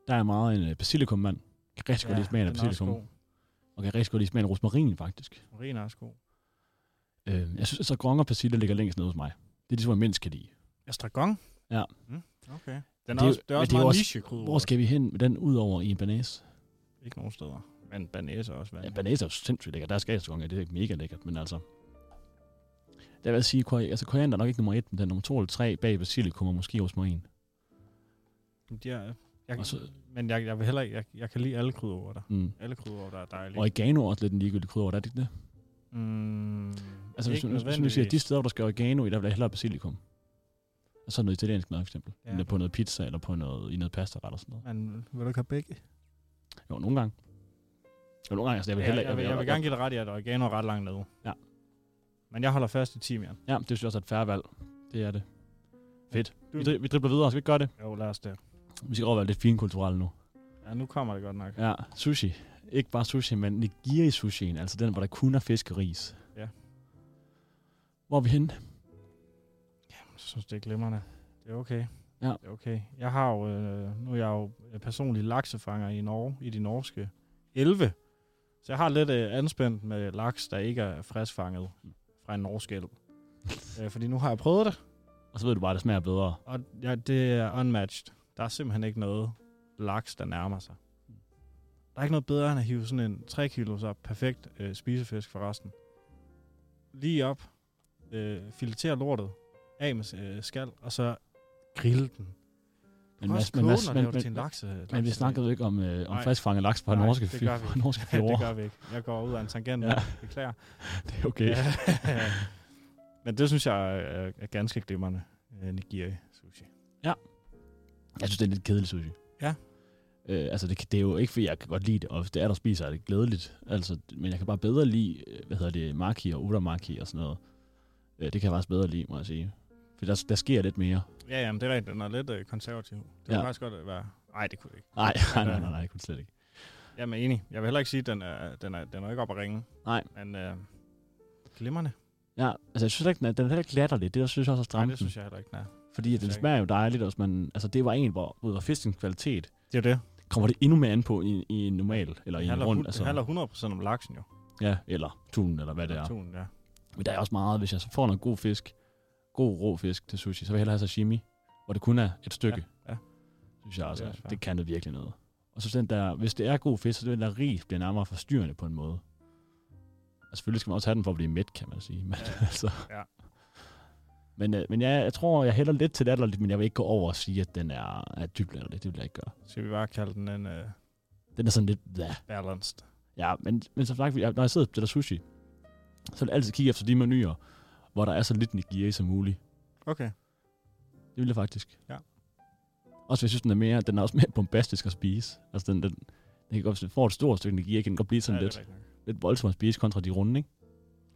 H: Der er meget en øh, basilikum, mand. Jeg kan rigtig godt lide smagen af
G: den er også
H: basilikum.
G: god.
H: Og jeg kan rigtig godt lide smagen af rosmarin, faktisk.
G: Marin er også god.
H: Øh, jeg synes, at sargon og persille ligger længst nede hos mig. Det er det, som jeg mindst kan lide.
G: Estragon?
H: Ja.
G: Mm, okay. Den
H: Men det
G: er,
H: er
G: også,
H: jo-
G: det er
H: men
G: også
H: det er jo
G: meget
H: også-
G: niche krydderurt.
H: Hvor skal vi hen med den ud over i en banase?
G: Ikke nogen steder. Men banæs er også
H: Ja,
G: vanlig.
H: banase er jo sindssygt lækkert. Der er skagelsegong, det er mega lækkert, men altså... Der vil jeg sige, kori- altså koriander er nok ikke nummer et, men den er nummer to eller tre bag basilikum og måske rosmarin.
G: De er, jeg,
H: Og
G: så,
H: så-
G: men jeg, jeg vil heller ikke, jeg, jeg kan lide alle krydderurter.
H: Mm.
G: Alle krydderurter er dejlige.
H: Oregano er også lidt en ligegyldig krydder, er det ikke det?
G: mm,
H: Altså, hvis,
G: ikke
H: du- hvis, hvis du
G: nødvendigvis.
H: siger, at de steder, hvor der skal oregano i, der vil jeg hellere basilikum. Og så noget italiensk mad, for eksempel.
G: Ja.
H: Ja. Eller på noget pizza, eller på noget, i noget pasta eller sådan noget.
G: Men vil du ikke have begge?
H: Jo, nogle gange. Jo, nogle gange, altså, jeg vil
G: Ja,
H: hellere...
G: jeg, vil, jeg vil gerne give dig ret i, at oregano er ret langt nede.
H: Ja.
G: Men jeg holder fast i timian.
H: Ja, det synes jeg også er et færre valg. Det er det. Fedt.
G: Du-
H: Vi, dri- vi dribler videre, skal vi ikke gøre det?
G: Jo, lad os det.
H: Vi skal overveje lidt finkulturelle nu.
G: Ja, nu kommer det godt nok.
H: Ja, sushi. Ikke bare sushi, men nigiri sushien, altså den, hvor der kun er fisk og ris.
G: Ja.
H: Hvor er vi henne?
G: Jeg synes, det er glimrende. Det er okay.
H: Ja.
G: Det er okay. Jeg har jo, øh, nu er jeg jo personlig laksefanger i Norge, i de norske 11. Så jeg har lidt øh, anspændt med laks, der ikke er friskfanget fra en norsk elv. øh, fordi nu har jeg prøvet det,
H: Og så ved du bare, at det smager bedre.
G: og ja, det er unmatched. Der er simpelthen ikke noget laks, der nærmer sig. Der er ikke noget bedre end at hive sådan en 3 kilos op, perfekt øh, spisefisk for resten. Lige op, øh, filetere lortet, af med øh, skal, og så grille den.
H: Men,
G: Også
H: Mads, men,
G: koge
H: Mads,
G: den og
H: men,
G: lave det til
H: men,
G: en øh, lakse,
H: men vi
G: laksefilet.
H: snakkede jo ikke om, øh, om
G: Nej.
H: friskfanget laks på
G: Nej,
H: norske
G: det
H: fjorde.
G: gør vi ikke.
H: norske
G: Ja, det
H: fjorde.
G: gør vi ikke. Jeg går ud af en tangent nu.
H: Ja.
G: Beklager.
H: det er okay. Ja.
G: Ja. men det synes jeg er, er ganske glimrende. øh, Nigiri sushi.
H: Jeg synes, det er lidt kedeligt, sushi.
G: Ja.
H: Øh, altså, det, kan- det er jo ikke, fordi jeg kan godt lide det, og hvis det er, der spiser, er det glædeligt. Altså, men jeg kan bare bedre lide, øh, hvad hedder det, maki og udamaki og sådan noget. Øh, det kan jeg faktisk bedre lide, må jeg sige. For der, der sker lidt mere.
G: Ja, jamen, det er rigtigt. Den er lidt øh, konservativ. Det ja.
H: Ja.
G: kunne faktisk godt øh, være... Nej, det kunne det ikke.
H: Nej, nej, nej,
G: øh,
H: nej, nej, kun slet ikke.
G: Jamen, enig. Jeg vil heller ikke sige, at den er, den er, den er ikke op at ringe.
H: Nej.
G: Men øh, glimrende.
H: Ja, altså jeg synes heller ikke, den er, den er heller ikke latterlig. Det der synes jeg også er
G: Nej,
H: stramt.
G: det synes jeg heller ikke, den er.
H: Fordi at den
G: synes jeg
H: smager jo dejligt også, men altså det var en, hvor ud af fiskens kvalitet
G: Det er jo det.
H: kommer det endnu mere an på i, i en normal, eller i
G: Det
H: en
G: handler,
H: rund,
G: hund, altså.
H: altså,
G: det handler 100% om laksen jo.
H: ja, eller tun, eller hvad det
G: Eller
H: er.
G: Tun, ja.
H: Men der er også meget, hvis jeg så får noget god fisk, god rå fisk til sushi, så vil jeg hellere have sashimi, hvor det kun er et stykke.
G: Ja, ja.
H: Synes jeg altså,
G: er
H: det,
G: også fair.
H: det kan det virkelig noget. Og så den der, hvis det er god fisk, så den der ris bliver nærmere forstyrrende på en måde. Og selvfølgelig skal man også have den for at blive mæt, kan man sige. Men, ja. altså.
G: Ja.
H: Men, øh, men jeg, jeg tror, jeg hælder lidt til latterligt, men jeg vil ikke gå over og sige, at den er, er dybt latterligt. Det vil jeg ikke gøre.
G: Skal vi bare kalde den en øh,
H: Den er sådan lidt, ja,
G: balanced?
H: Ja, men, men som sagt, jeg- når jeg sidder og bestiller sushi, så vil jeg altid kigge efter de menuer, hvor der er så lidt nigiri som muligt.
G: Okay.
H: Det vil jeg faktisk.
G: Ja.
H: Også hvis jeg synes, den er, mere, den er også mere bombastisk at spise. Altså, den, den, den kan godt, hvis den får et stort stykke nigiri, kan den godt blive sådan
G: ja,
H: ja,
G: Det er
H: lidt,
G: rigtigt nok.
H: lidt voldsom at spise kontra de runde, ikke?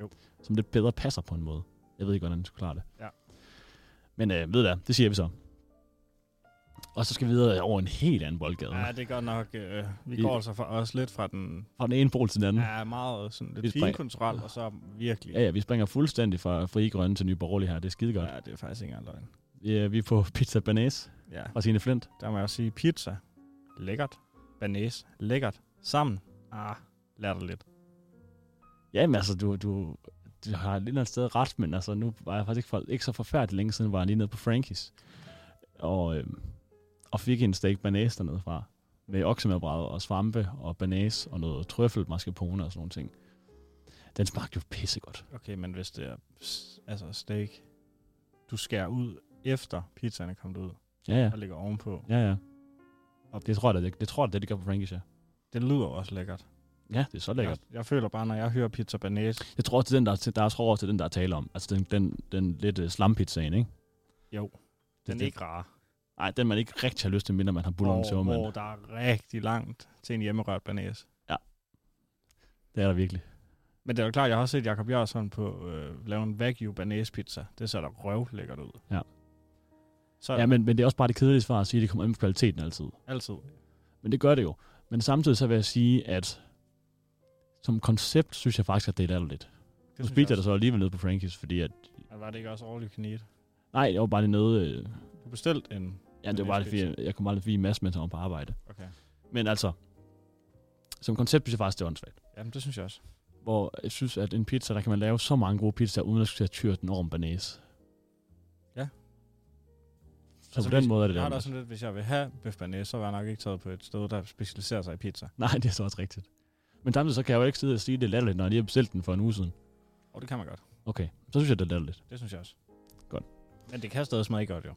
G: Jo.
H: Som lidt bedre passer på en måde. Jeg ved ikke, hvordan jeg skulle klare det.
G: Ja.
H: Men øh, ved du hvad, det siger vi så. Og så skal vi videre over en helt anden boldgade.
G: ja, det er godt nok. Øh, vi
H: Vi-
G: går altså for, også lidt fra den
H: Fra den ene pol til den anden.
G: ja, meget sådan
H: Vi
G: lidt
H: springer-
G: finkulturel, og så virkelig.
H: Ja, ja, vi springer fuldstændig fra Fri Grønne til Nye Borgerlige her. Det er skide godt.
G: ja, det er faktisk ikke engang løgn.
H: Ja. Vi er på Pizza Banæs
G: Ja,
H: fra Signe Flint.
G: der må jeg også sige pizza. Lækkert. Banæs. Lækkert. Sammen. Ah, lad dig lidt.
H: Jamen altså, du, du, du har et eller andet sted ret, men altså, nu var jeg faktisk ikke, for, ikke så forfærdeligt længe siden, var jeg lige nede på Frankies. Og, øhm, og fik en steak banæs dernede fra. Med oksemærbræd og svampe og banæs og noget trøffel, mascarpone og sådan nogle ting. Den smagte jo pissegodt.
G: Okay, men hvis det er s- altså steak, du skærer ud efter pizzaen er kommet ud
H: Ja, ja.
G: og ligger ovenpå.
H: Ja, ja. Og det tror jeg, det, det tror jeg, det, de gør på Frankies, ja.
G: Det lyder også lækkert.
H: Ja, det er så lækkert.
G: Jeg, jeg føler bare, når jeg hører pizza banæs,
H: Jeg tror også, det er den, der, er til- der er tror også, det er den, der er tale om. Altså den, den, den lidt uh, slampizzaen, ikke?
G: Jo.
H: Den,
G: den er ikke rar.
H: Nej, den man ikke rigtig har lyst til, mindre man har bouillon til
G: hvor,
H: mand.
G: hvor der er rigtig langt til en hjemmerørt banæs.
H: Det er der virkelig.
G: Men det er jo klart, jeg har også set Jacob Jørgensen på øh, lave en Wagyu banæs pizza. Det ser da røv lækkert ud.
H: Ja.
G: Så
H: Ja,
G: ja, men...
H: men, men det er også bare det kedelige svar at sige, at det kommer an på kvaliteten altid.
G: altid.
H: Men det gør det jo. Men samtidig så vil jeg sige, at som koncept synes jeg faktisk, at det er latterligt. Nu
G: synes
H: spiste jeg
G: også.
H: det så alligevel nede på Frankies, fordi at...
G: Ja, Var det ikke også all you can eat?
H: Nej, jeg var bare lige nede... Øh,
G: Du bestilte en...
H: ja, det var
G: Men
H: bare
G: det
H: det, fordi jeg, jeg kom aldrig forbi en masse, mens jeg var på arbejde.
G: Okay.
H: Men altså, som koncept synes jeg faktisk, det er åndssvagt.
G: Jamen, det synes jeg også.
H: Hvor jeg synes, at en pizza, der kan man lave så mange gode pizzaer, uden at skulle til at tyre den over en banæs.
G: Ja.
H: Så på den
G: Altså, hvis,
H: måde er det
G: Jeg har
H: latterligt.
G: da også sådan lidt, hvis jeg vil have bøf banæs, så var jeg nok ikke taget på et sted, der specialiserer sig i pizza.
H: Nej, det er så også rigtigt. Men samtidig så kan jeg jo ikke sidde og sige, at det er latterligt, når jeg lige har bestilt den for en uge siden.
G: Og det kan man godt.
H: Okay, så synes jeg, det er latterligt.
G: Det synes jeg også.
H: Godt.
G: Men det kan stadig smage godt, jo.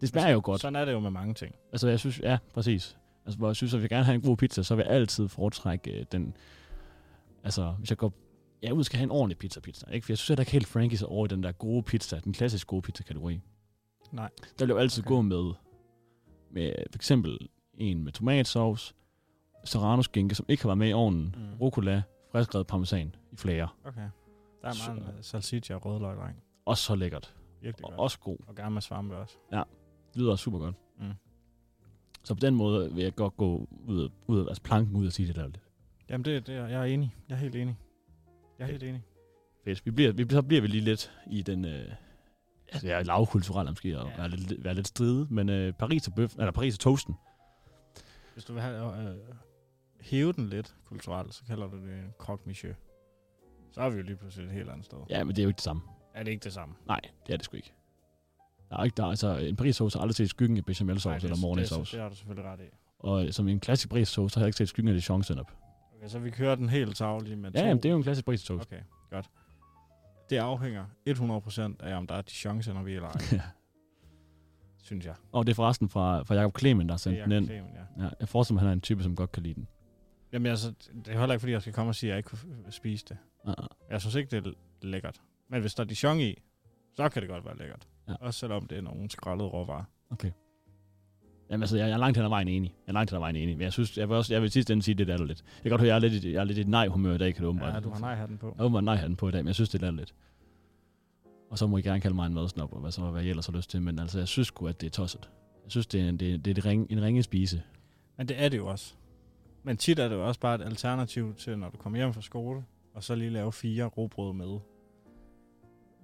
H: Det smager jo godt.
G: Sådan er det jo med mange ting.
H: Altså, jeg synes, ja, præcis. Altså, hvor jeg synes, at vi gerne have en god pizza, så vil jeg altid foretrække øh, den... Altså, hvis jeg går... Jeg ud skal have en ordentlig pizza, pizza, ikke? For jeg synes heller ikke helt Frankies er over i den der gode pizza, den klassisk gode pizza-kategori.
G: Nej.
H: Der vil jeg jo altid
G: Okay.
H: okay. gå med, med øh, for eksempel en med tomatsauce, serrano skinke, som ikke har været med i ovnen,
G: Mm.
H: mm. rucola, friskrevet parmesan i flager.
G: Okay. Der er
H: Så-
G: meget øh, salsiccia og rødløg, dreng.
H: Også så lækkert.
G: Virkelig
H: Og
G: godt.
H: også god.
G: Og gerne med svampe også.
H: Det lyder super godt.
G: Mm.
H: Så på den måde vil jeg godt gå ud, af- ud af- altså planken ud og sige det der lidt.
G: Jamen, det, det er, jeg er enig. Jeg er helt enig. Jeg er helt enig.
H: Fedt. Vi bliver, vi, så bliver vi lige lidt i den... Øh, altså, jeg er lavkulturel måske, og
G: Ja.
H: ja. være, lidt, være lidt stridig, men øh, Paris og bøf, eller Paris og toasten.
G: Hvis du vil have, øh, hæve den lidt kulturelt, så kalder du det en croque monsieur. Så er vi jo lige pludselig et helt andet sted.
H: Ja, men det er jo ikke det samme.
G: Er det ikke det samme?
H: Nej, det er det sgu ikke. Der er ikke der, er- altså, en Paris sauce har aldrig set skyggen af bechamel
G: Nej,
H: sauce
G: det er-
H: eller
G: det, er-
H: morgensauce.
G: det har du selvfølgelig ret i.
H: Og øh, som en klassisk Paris sauce, så har jeg ikke set skyggen af dijon senap.
G: Okay, så vi kører den helt savlige med
H: Ja,
G: to.
H: jamen, det er jo en klassisk Paris sauce.
G: Okay, godt. Det afhænger 100% af, om der er Dijon, når vi eller ej,
H: Ja.
G: synes jeg.
H: og det er forresten fra, fra Jacob Klemen, der har
G: Det
H: sendt
G: er
H: den
G: Jacob
H: ind.
G: Clement, ja.
H: Ja, jeg forestiller mig, han er en type, som godt kan lide den.
G: Jamen, altså, det er heller ikke, fordi jeg skal komme og sige, at jeg ikke kunne f- spise det.
H: Uh-uh.
G: Jeg synes ikke, det er l- lækkert. Men hvis der er Dijon i, så kan det godt være lækkert.
H: Ja.
G: Også selvom det er nogle skrællede råvarer.
H: Jamen altså, jeg, jeg er langt hen ad vejen enig. Jeg er langt hen ad vejen enig. Men jeg synes, jeg vil, også, jeg vil sidst ende sige, det er lidt. Jeg kan godt høre, jeg er lidt, i- jeg er lidt i nej-humør i dag, kan du åbenbart.
G: Ja, du har nej-hatten på.
H: Jeg har åbenbart nej-hatten på i dag, men jeg synes, det er lidt. Og så må I gerne kalde mig en madsnop, og hvad så hvad I ellers har lyst til. Men altså, jeg synes sgu, at det er tosset. Jeg synes, det er en, det, er- det er et ring, en ringe spise.
G: Men det er det jo også. Men tit er det jo også bare et alternativ til, når du kommer hjem fra skole, og så lige lave fire robrød med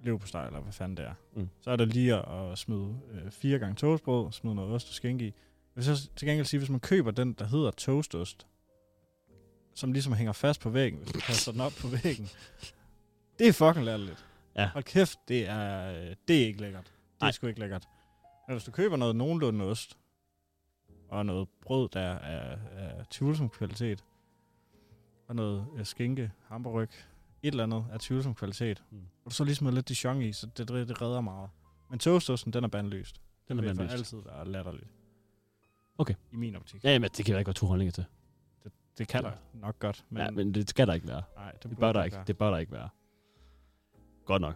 G: leverpostej, eller hvad fanden det er.
H: Mm.
G: Så er der lige at, at smide øh, fire gange toastbrød, smide noget ost og skænke i. Jeg vil så til gengæld sige, hvis man køber den, der hedder toastost, som ligesom hænger fast på væggen, hvis du kaster den op på væggen, det er fucking latterligt.
H: Ja.
G: Hold kæft, det er, øh, det er ikke lækkert. Det er
H: Nej.
G: sgu ikke lækkert. Men hvis du køber noget nogenlunde ost, og noget brød, der er, er tvivlsom kvalitet, og noget øh, skinke, hamburg, et eller andet af tvivlsom kvalitet,
H: Mm.
G: mm. og så ligesom lidt Dijon i, så det, det, det redder meget. Men toastosten, den er bandlyst.
H: Den er
G: Det vil for
H: bandlyst.
G: altid være latterligt.
H: Okay.
G: I min optik. Ja.
H: Ja, men det kan jeg ikke være to holdninger til.
G: Det kan der nok godt, men,
H: Men, ja, men det skal der ikke være.
G: nej, det,
H: Det
G: burde
H: bør der
G: nok
H: ikke,
G: være.
H: det bør der ikke være. Godt nok.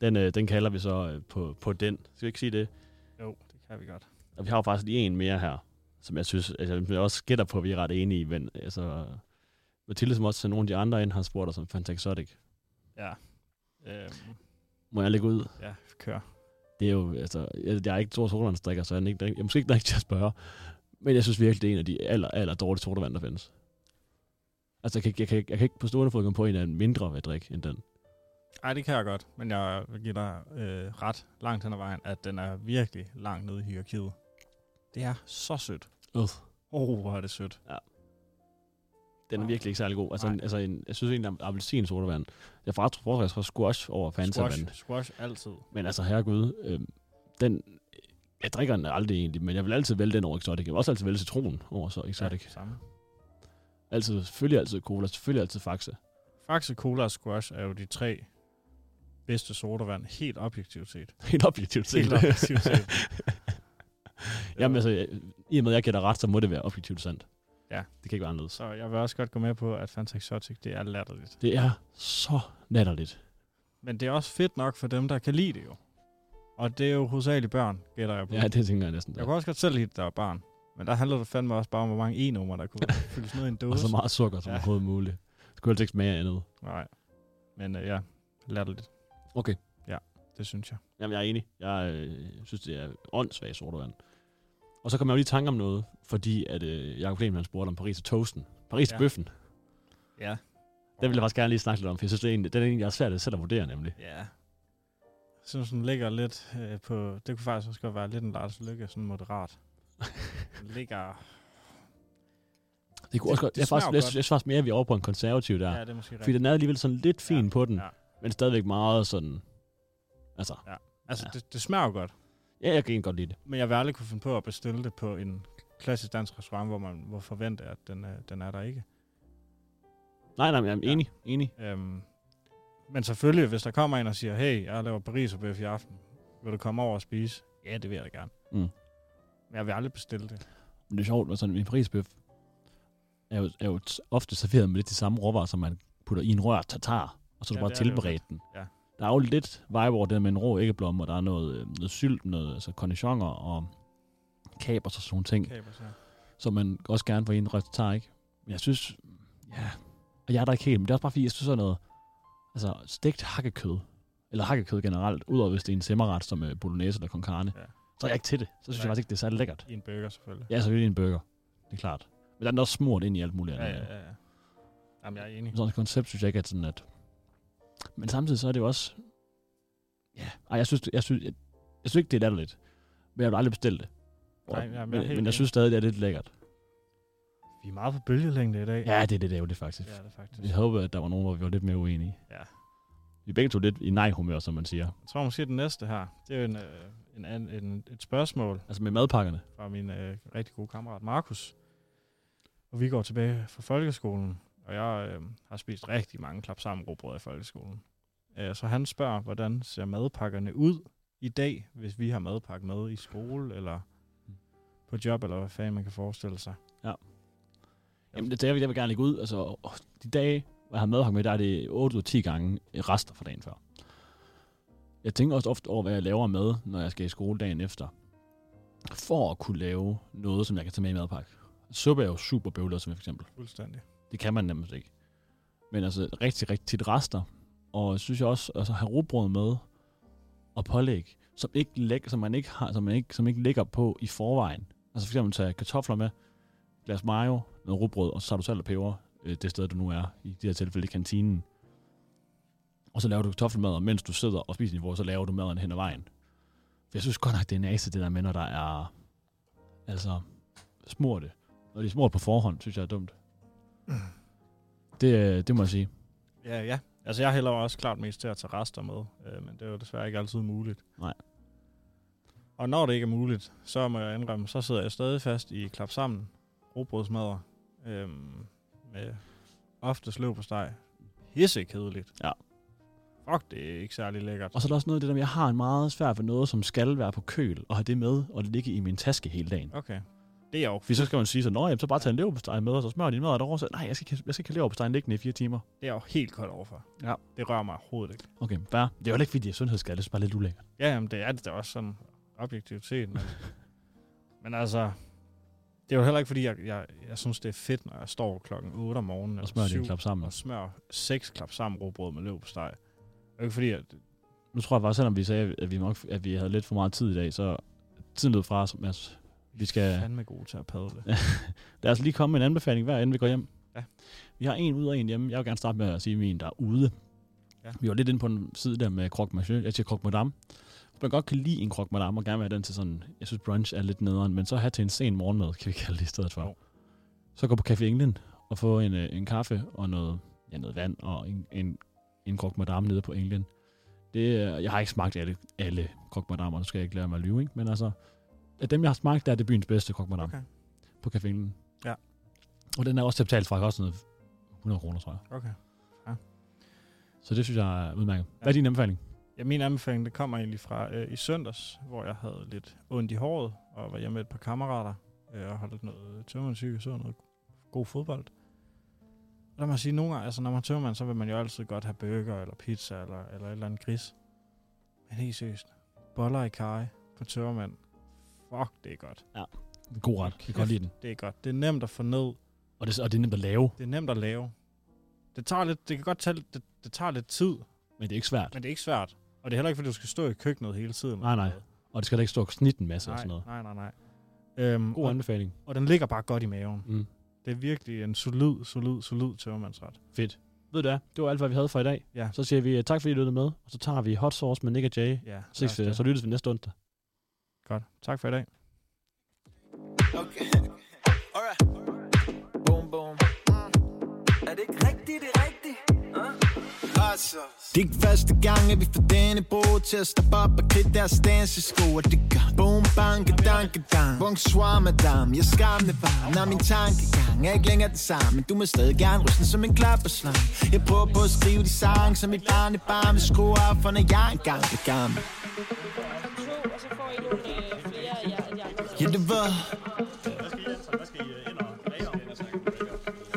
H: Den, øh, den kalder vi så øh, på, på den. Skal vi ikke sige det?
G: Jo, det kan vi godt.
H: Og vi har jo faktisk lige en mere her, som jeg synes, altså, som jeg også gætter på, at vi er ret enige i. Men altså, Mathilde, som også sendte nogle af de andre ind, har spurgt os om Fantaxotic.
G: Øhm,
H: Må jeg lægge ud?
G: ja, kør.
H: Det er jo, altså, jeg, jeg er ikke stor sodavandsdrikker, så jeg er ikke, jeg er måske ikke den rigtige at spørge. Men jeg synes virkelig, det er en af de aller, aller dårligste sodavand, der findes. Altså, jeg kan, ikke- jeg kan, ikke- jeg kan ikke på stående fod komme på en af en mindre ved drik end den.
G: Ej, det kan jeg godt, men jeg giver dig øh, ret langt hen ad vejen, at den er virkelig langt nede i hierarkiet. Det er så sødt.
H: Øh.
G: Åh, oh, hvor er det sødt.
H: Den er
G: Nej.
H: virkelig ikke særlig god. Altså,
G: Nej.
H: en, altså en, jeg synes egentlig, at appelsin sodavand. Jeg får foretrækker så squash over fanta vand.
G: Squash, squash altid.
H: Men altså, herregud, øh, den... Jeg drikker den aldrig egentlig, men jeg vil altid vælge den over exotic. Jeg vil også altid vælge citronen over så exotic. Ja.
G: samme.
H: Altid, selvfølgelig altid cola, selvfølgelig altid faxe.
G: Faxe, cola og squash er jo de tre bedste sodavand, helt objektivt set.
H: Helt objektivt set.
G: Helt objektivt set.
H: Jamen altså, jeg- i og med, at jeg gætter ret, så må det være objektivt sandt.
G: Ja.
H: Det kan ikke være anderledes.
G: Så jeg vil også godt gå med på, at Fanta Exotic, det er latterligt.
H: Det er så latterligt.
G: Men det er også fedt nok for dem, der kan lide det jo. Og det er jo hovedsageligt børn, gætter jeg på.
H: Ja, det tænker jeg næsten.
G: Jeg
H: Der.
G: kunne også godt selv lide, det, der var barn. Men der handler det fandme også bare om, hvor mange e-numre, der kunne fyldes ned i en dåse.
H: Og så meget sukker som
G: Ja.
H: ja. overhovedet muligt. Skulle altså ikke smage af andet.
G: Nej. Men øh, ja, latterligt.
H: Okay.
G: Det synes jeg.
H: Jamen, jeg er enig. Jeg øh, synes, det er åndssvagt sodavand. Og så kom jeg jo lige i tanke om noget, fordi at øh, Jacob Lehmann han spurgte om Paris og toasten. Paris
G: Ja.
H: ja. bøffen.
G: Ja.
H: Den vil jeg faktisk gerne lige snakke lidt om, for jeg synes, det er en, den er en, jeg er svært ved selv at vurdere, nemlig.
G: Ja. Jeg synes, den ligger lidt øh, på... Det kunne faktisk også godt være lidt en Lars Lykke, sådan moderat. Den ligger...
H: Det kunne også
G: Det-
H: godt,
G: det
H: jeg,
G: smager
H: faktisk, jeg,
G: jo godt.
H: synes, jeg synes faktisk mere, at vi er over på en konservativ der.
G: Ja,
H: Ja,
G: det er måske
H: fordi
G: rigtigt.
H: den er alligevel sådan lidt fin ja, på den,
G: ja.
H: ja. men stadigvæk meget sådan... Altså,
G: Altså,
H: Ja.
G: det, det smager jo godt.
H: ja, jeg kan egentlig godt lide det.
G: Men jeg vil aldrig kunne finde på at bestille det på en klassisk dansk restaurant, hvor man hvor forventer, at den, øh, den er der ikke.
H: Nej, nej, men jeg er
G: Ja.
H: enig, enig.
G: Øhm, men selvfølgelig, hvis der kommer en og siger, hey, jeg laver Paris og i aften, vil du komme over og spise? Ja, det vil jeg da gerne.
H: Mm.
G: Men jeg vil aldrig bestille det.
H: Men det er sjovt, at sådan en parisbøf er jo, er jo t- ofte serveret med lidt de samme råvarer, som man putter i en rør tatar, og så er
G: Ja,
H: du bare
G: det er det jo
H: tilberedt den.
G: Ja.
H: Der er jo lidt vibe over det der med en rå æggeblomme, og der er noget, øh, noget sylt, noget altså cornichoner og kapers og sådan nogle ting, okay.
G: Kabers, ja.
H: som man også gerne får i en rør tatar, ikke? Men jeg synes, ja, og jeg er der ikke helt, men det er også bare fordi, jeg synes sådan noget, altså stegt hakkekød, eller hakkekød generelt, udover hvis det er en semmeret som øh, bolognese eller con carne,
G: Ja.
H: ja. så er jeg ikke til det. Så synes
G: Nej.
H: jeg faktisk ikke, det er særlig lækkert.
G: I en burger selvfølgelig.
H: Ja, selvfølgelig en burger. Det er klart. Men den er også smurt ind i alt muligt.
G: Ja,
H: andet.
G: ja, ja. ja. Jamen, jeg er enig.
H: Men Sådan et koncept synes jeg ikke, at sådan at... Men samtidig så er det jo også... Ja, ej, jeg synes, jeg synes, jeg, jeg synes ikke, det er latterligt. Men jeg vil aldrig bestille det.
G: Nej, jamen, jeg er
H: men,
G: helt
H: men jeg
G: enig.
H: synes stadig, det er lidt lækkert.
G: Vi er meget på bølgelængde i dag.
H: Ja, det er lidt ærgerligt faktisk.
G: det
H: Ja.
G: er det faktisk.
H: Jeg håber, at der var nogen, hvor vi var lidt mere uenige.
G: Ja.
H: Vi er begge to lidt i nej-humør, som man siger.
G: Jeg tror måske, det næste her, det er jo en, øh, en, an- en, et spørgsmål
H: Altså med madpakkerne.
G: fra min øh, rigtig gode kammerat Markus. Og vi går tilbage fra folkeskolen, og jeg øh, har spist rigtig mange klap sammen i folkeskolen. Øh, så han spørger, hvordan ser madpakkerne ud i dag, hvis vi har madpakke med i skole, eller på job, eller hvad fanden man kan forestille sig.
H: Jamen, det er det, jeg vil gerne lægge ud. Altså, åh, de dage, hvor jeg har madhok med, der er det 8 ud af 10 gange rester fra dagen før. Jeg tænker også ofte over, hvad jeg laver med, når jeg skal i skole dagen efter. For at kunne lave noget, som jeg kan tage med i madpakke. Suppe er jo super bøvlet, som for eksempel.
G: Fuldstændig.
H: Det kan man nemlig ikke. Men altså, rigtig, rigtig tit rester. Og jeg synes jeg også, altså, have rugbrød med, og pålæg, som, ikke læg, som man ikke har, som man ikke, som ikke ligger på i forvejen. Altså for eksempel tage kartofler med, et glas mayo, noget rugbrød, og så har du salt og peber, øh, det sted, du nu er, i det her tilfælde i kantinen. Og så laver du kartoffelmad, og mens du sidder og spiser niveau, så laver du maden hen ad vejen. For jeg synes godt nok, det er næse, det der med, når der er altså smurt det. Når de er smurt på forhånd, synes jeg er dumt. Det, øh, det må jeg sige.
G: Ja, ja. Altså, jeg hælder jo også klart mest til at tage rester med, øh, men det er jo desværre ikke altid muligt.
H: Nej.
G: Og når det ikke er muligt, så må jeg indrømme, så sidder jeg stadig fast i klap sammen, robrødsmadder, øh, med ofte sløv på steg. Hisse kedeligt.
H: Ja.
G: Fuck, det er ikke særlig lækkert.
H: Og så er der også noget af det der med, jeg har en meget svært for noget, som skal være på køl, og have det med og ligge i min taske hele dagen.
G: Okay. Det er jeg jo
H: Fordi så skal man sige så, nå, jamen, så bare tage en leverpostej med, og så smør din mad, og derovre, så, nej, jeg skal, ikke- jeg skal ikke have leverpostejen liggende i fire timer.
G: Det er jeg jo helt kold overfor.
H: Ja.
G: Det rører mig overhovedet ikke.
H: Okay, fair. Det er jo heller ikke, fordi det er sundhedsskadeligt, det er bare lidt ulækkert.
G: Ja, jamen, det er det da også sådan objektivt set. Men, men altså, det er jo heller ikke, fordi jeg, jeg, jeg synes, det er fedt, når jeg står klokken 8 om morgenen
H: Og smør
G: eller 7
H: din klap sammen.
G: og smør 6 klap sammen råbrød med løb på steg. Det er jo ikke fordi, at
H: Nu tror jeg bare, selvom vi sagde, at vi, nok, at vi havde lidt for meget tid i dag, så tiden lød fra os, Mads. Vi
G: jeg er
H: skal,
G: fandme god til at padle.
H: lad os lige komme med en anbefaling, hver inden vi går hjem.
G: Ja.
H: Vi har en ud og en hjemme. Jeg vil gerne starte med at sige min, der er ude.
G: Ja.
H: Vi var lidt inde på en side der med croque monsieur. Jeg siger croque madame. Hvis man godt kan lide en croque madame, og gerne vil have den til sådan, jeg synes brunch er lidt nederen, men så have til en sen morgenmad, kan vi kalde det i stedet for.
G: Jo.
H: Så gå på Café England og få en, øh, en kaffe og noget, ja, noget vand og en, en, en croque madame nede på England. Det, øh, jeg har ikke smagt alle, alle croque madame, og nu skal jeg ikke lære mig at lyve, ikke? men altså, af dem, jeg har smagt, der er det byens bedste croque madame
G: Okay.
H: på Café England.
G: Ja.
H: Og den er også til at betale fra, også sådan noget 100 kroner, tror jeg.
G: Okay.
H: Så det synes jeg er udmærket. Hvad er din anbefaling?
G: Ja, min anbefaling, det kommer egentlig fra øh, i søndags, hvor jeg havde lidt ondt i håret, og var hjemme med et par kammerater, øh, og holdt noget tømmersyge, så noget god fodbold. Og der må jeg sige, nogle gange, altså når man er tømmermand, så vil man jo altid godt have burger, eller pizza, eller, eller et eller andet gris. Men helt seriøst, boller i kaj på tømmermand, fuck, det er godt.
H: God ret. Jeg kan godt lide den.
G: Det er godt. Det er nemt at få ned,
H: Og det, og det er nemt at lave,
G: det er nemt at lave. Det tager lidt, det kan godt tage, lidt- det, det tager lidt tid,
H: men det er ikke svært.
G: men det er ikke svært. Og det er heller ikke, fordi du skal stå i køkkenet hele tiden.
H: Nej, nej. Og det skal da ikke stå og snitte en masse Altså, og
G: nej,
H: sådan noget.
G: nej, nej, nej. Øhm,
H: God
G: og,
H: anbefaling.
G: og den ligger bare godt i maven.
H: Mm.
G: Det er virkelig en solid, solid, solid tømmermandsret.
H: Fedt. Ved du hvad? Det var alt, hvad vi havde for i dag.
G: Ja.
H: Så siger vi øh, tak, fordi I lyttede med. Og så tager vi hot sauce med Nick og Jay.
G: Ja,
H: Ses,
G: lad os
H: så lyttes vi næste onsdag.
G: det. Godt. Tak for i dag.
F: Okay.
J: Alright. Boom, boom. Er det ikke rigtigt, det er rigtigt? Uh?
F: Altså. Det er ikke første gang, at vi får denne bro til at stoppe op og kridte deres dansesko, og det gør boom, banke, danke, dang. Bonsoir, madame, jeg skamle bare, når min tankegang er ikke længere den samme, men du må stadig gerne ryste den som en klapperslang. Jeg prøver på at skrive de sange, som mit barnebarn vil skrue op, for når jeg engang bliver gammel. Ja, det var...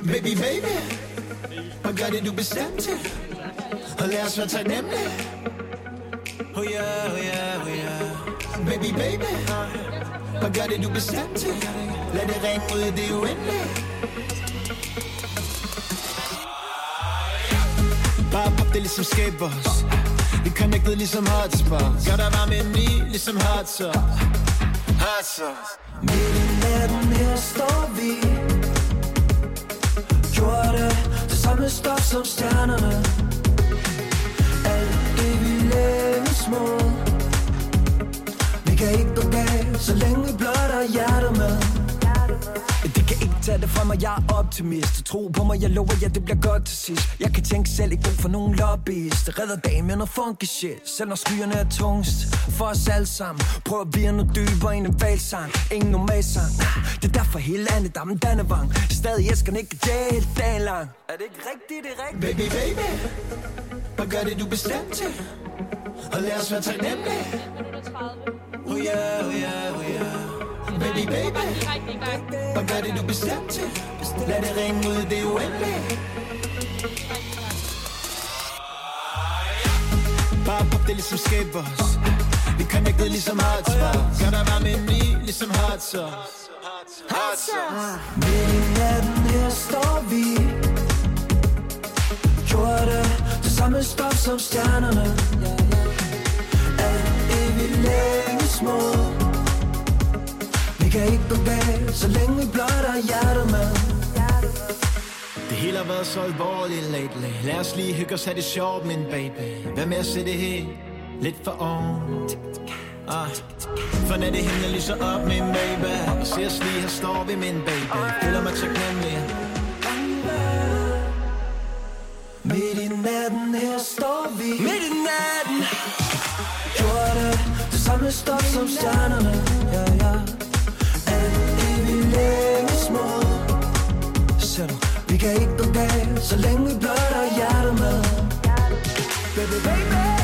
F: Baby, baby, og gør det, du bestemte. Og lad os være taknemmelige Oh yeah, oh yeah, oh yeah Baby, baby Hvad gør det, du bestemte? Lad det ringe ud i det uendelige Bare pop det ligesom skateboards Vi connected ligesom hotspots Gør dig varm indeni, ligesom hot sauce Hot sauce Midt i natten, her står vi Gjorde det samme stof som stjernerne alt det vi længes mod Vi kan ikke gå galt, så længe vi blot har hjertet med
K: Det kan ikke tage det fra mig, jeg er optimist Tro på mig, jeg lover jer, det bliver godt til sidst Jeg kan tænke selv, ikke brug for nogen lobbyist Redder dagen med noget funky shit Selv når skyerne er tungst For os alle sammen Prøv at blive noget dybere end en valsang Ingen normal sang Det er derfor hele andet, der er Dannevang Stadig elsker den ikke dag, hele dagen lang
J: Er det ikke rigtigt, det er rigtigt?
F: Baby, baby Hvad gør det, du bestemte? Og lad os være taknemmelige Oh yeah, oh yeah, oh yeah Baby, baby Hvad gør det, du bestemte? Lad det ringe ud i det uendelige Bare pop det ligesom skateboards Vi connected ligesom hot spots Gør dig varm indeni, ligesom hot sauce Hot sauce
K: Midt i natten, her står vi Gjorde det samme stof som stjernerne Alt længes mod Vi kan ikke bevæge, så længe vi blot har hjertet med
F: Det hele har været så alvorligt lately Lad os lige hygge os have det sjovt, min baby Hvad med at se det helt lidt for oven? Ah. For når det himlen lyser op, min baby Og se os lige, her står vi, min baby Føler mig taknemmelig
K: Midt i natten, her står vi Midt i natten Gjorde det samme stof som stjernerne Ja, ja Alt det vi længes mod Ser du, vi kan ikke bevæge Så længe vi blot har hjertet med Baby, baby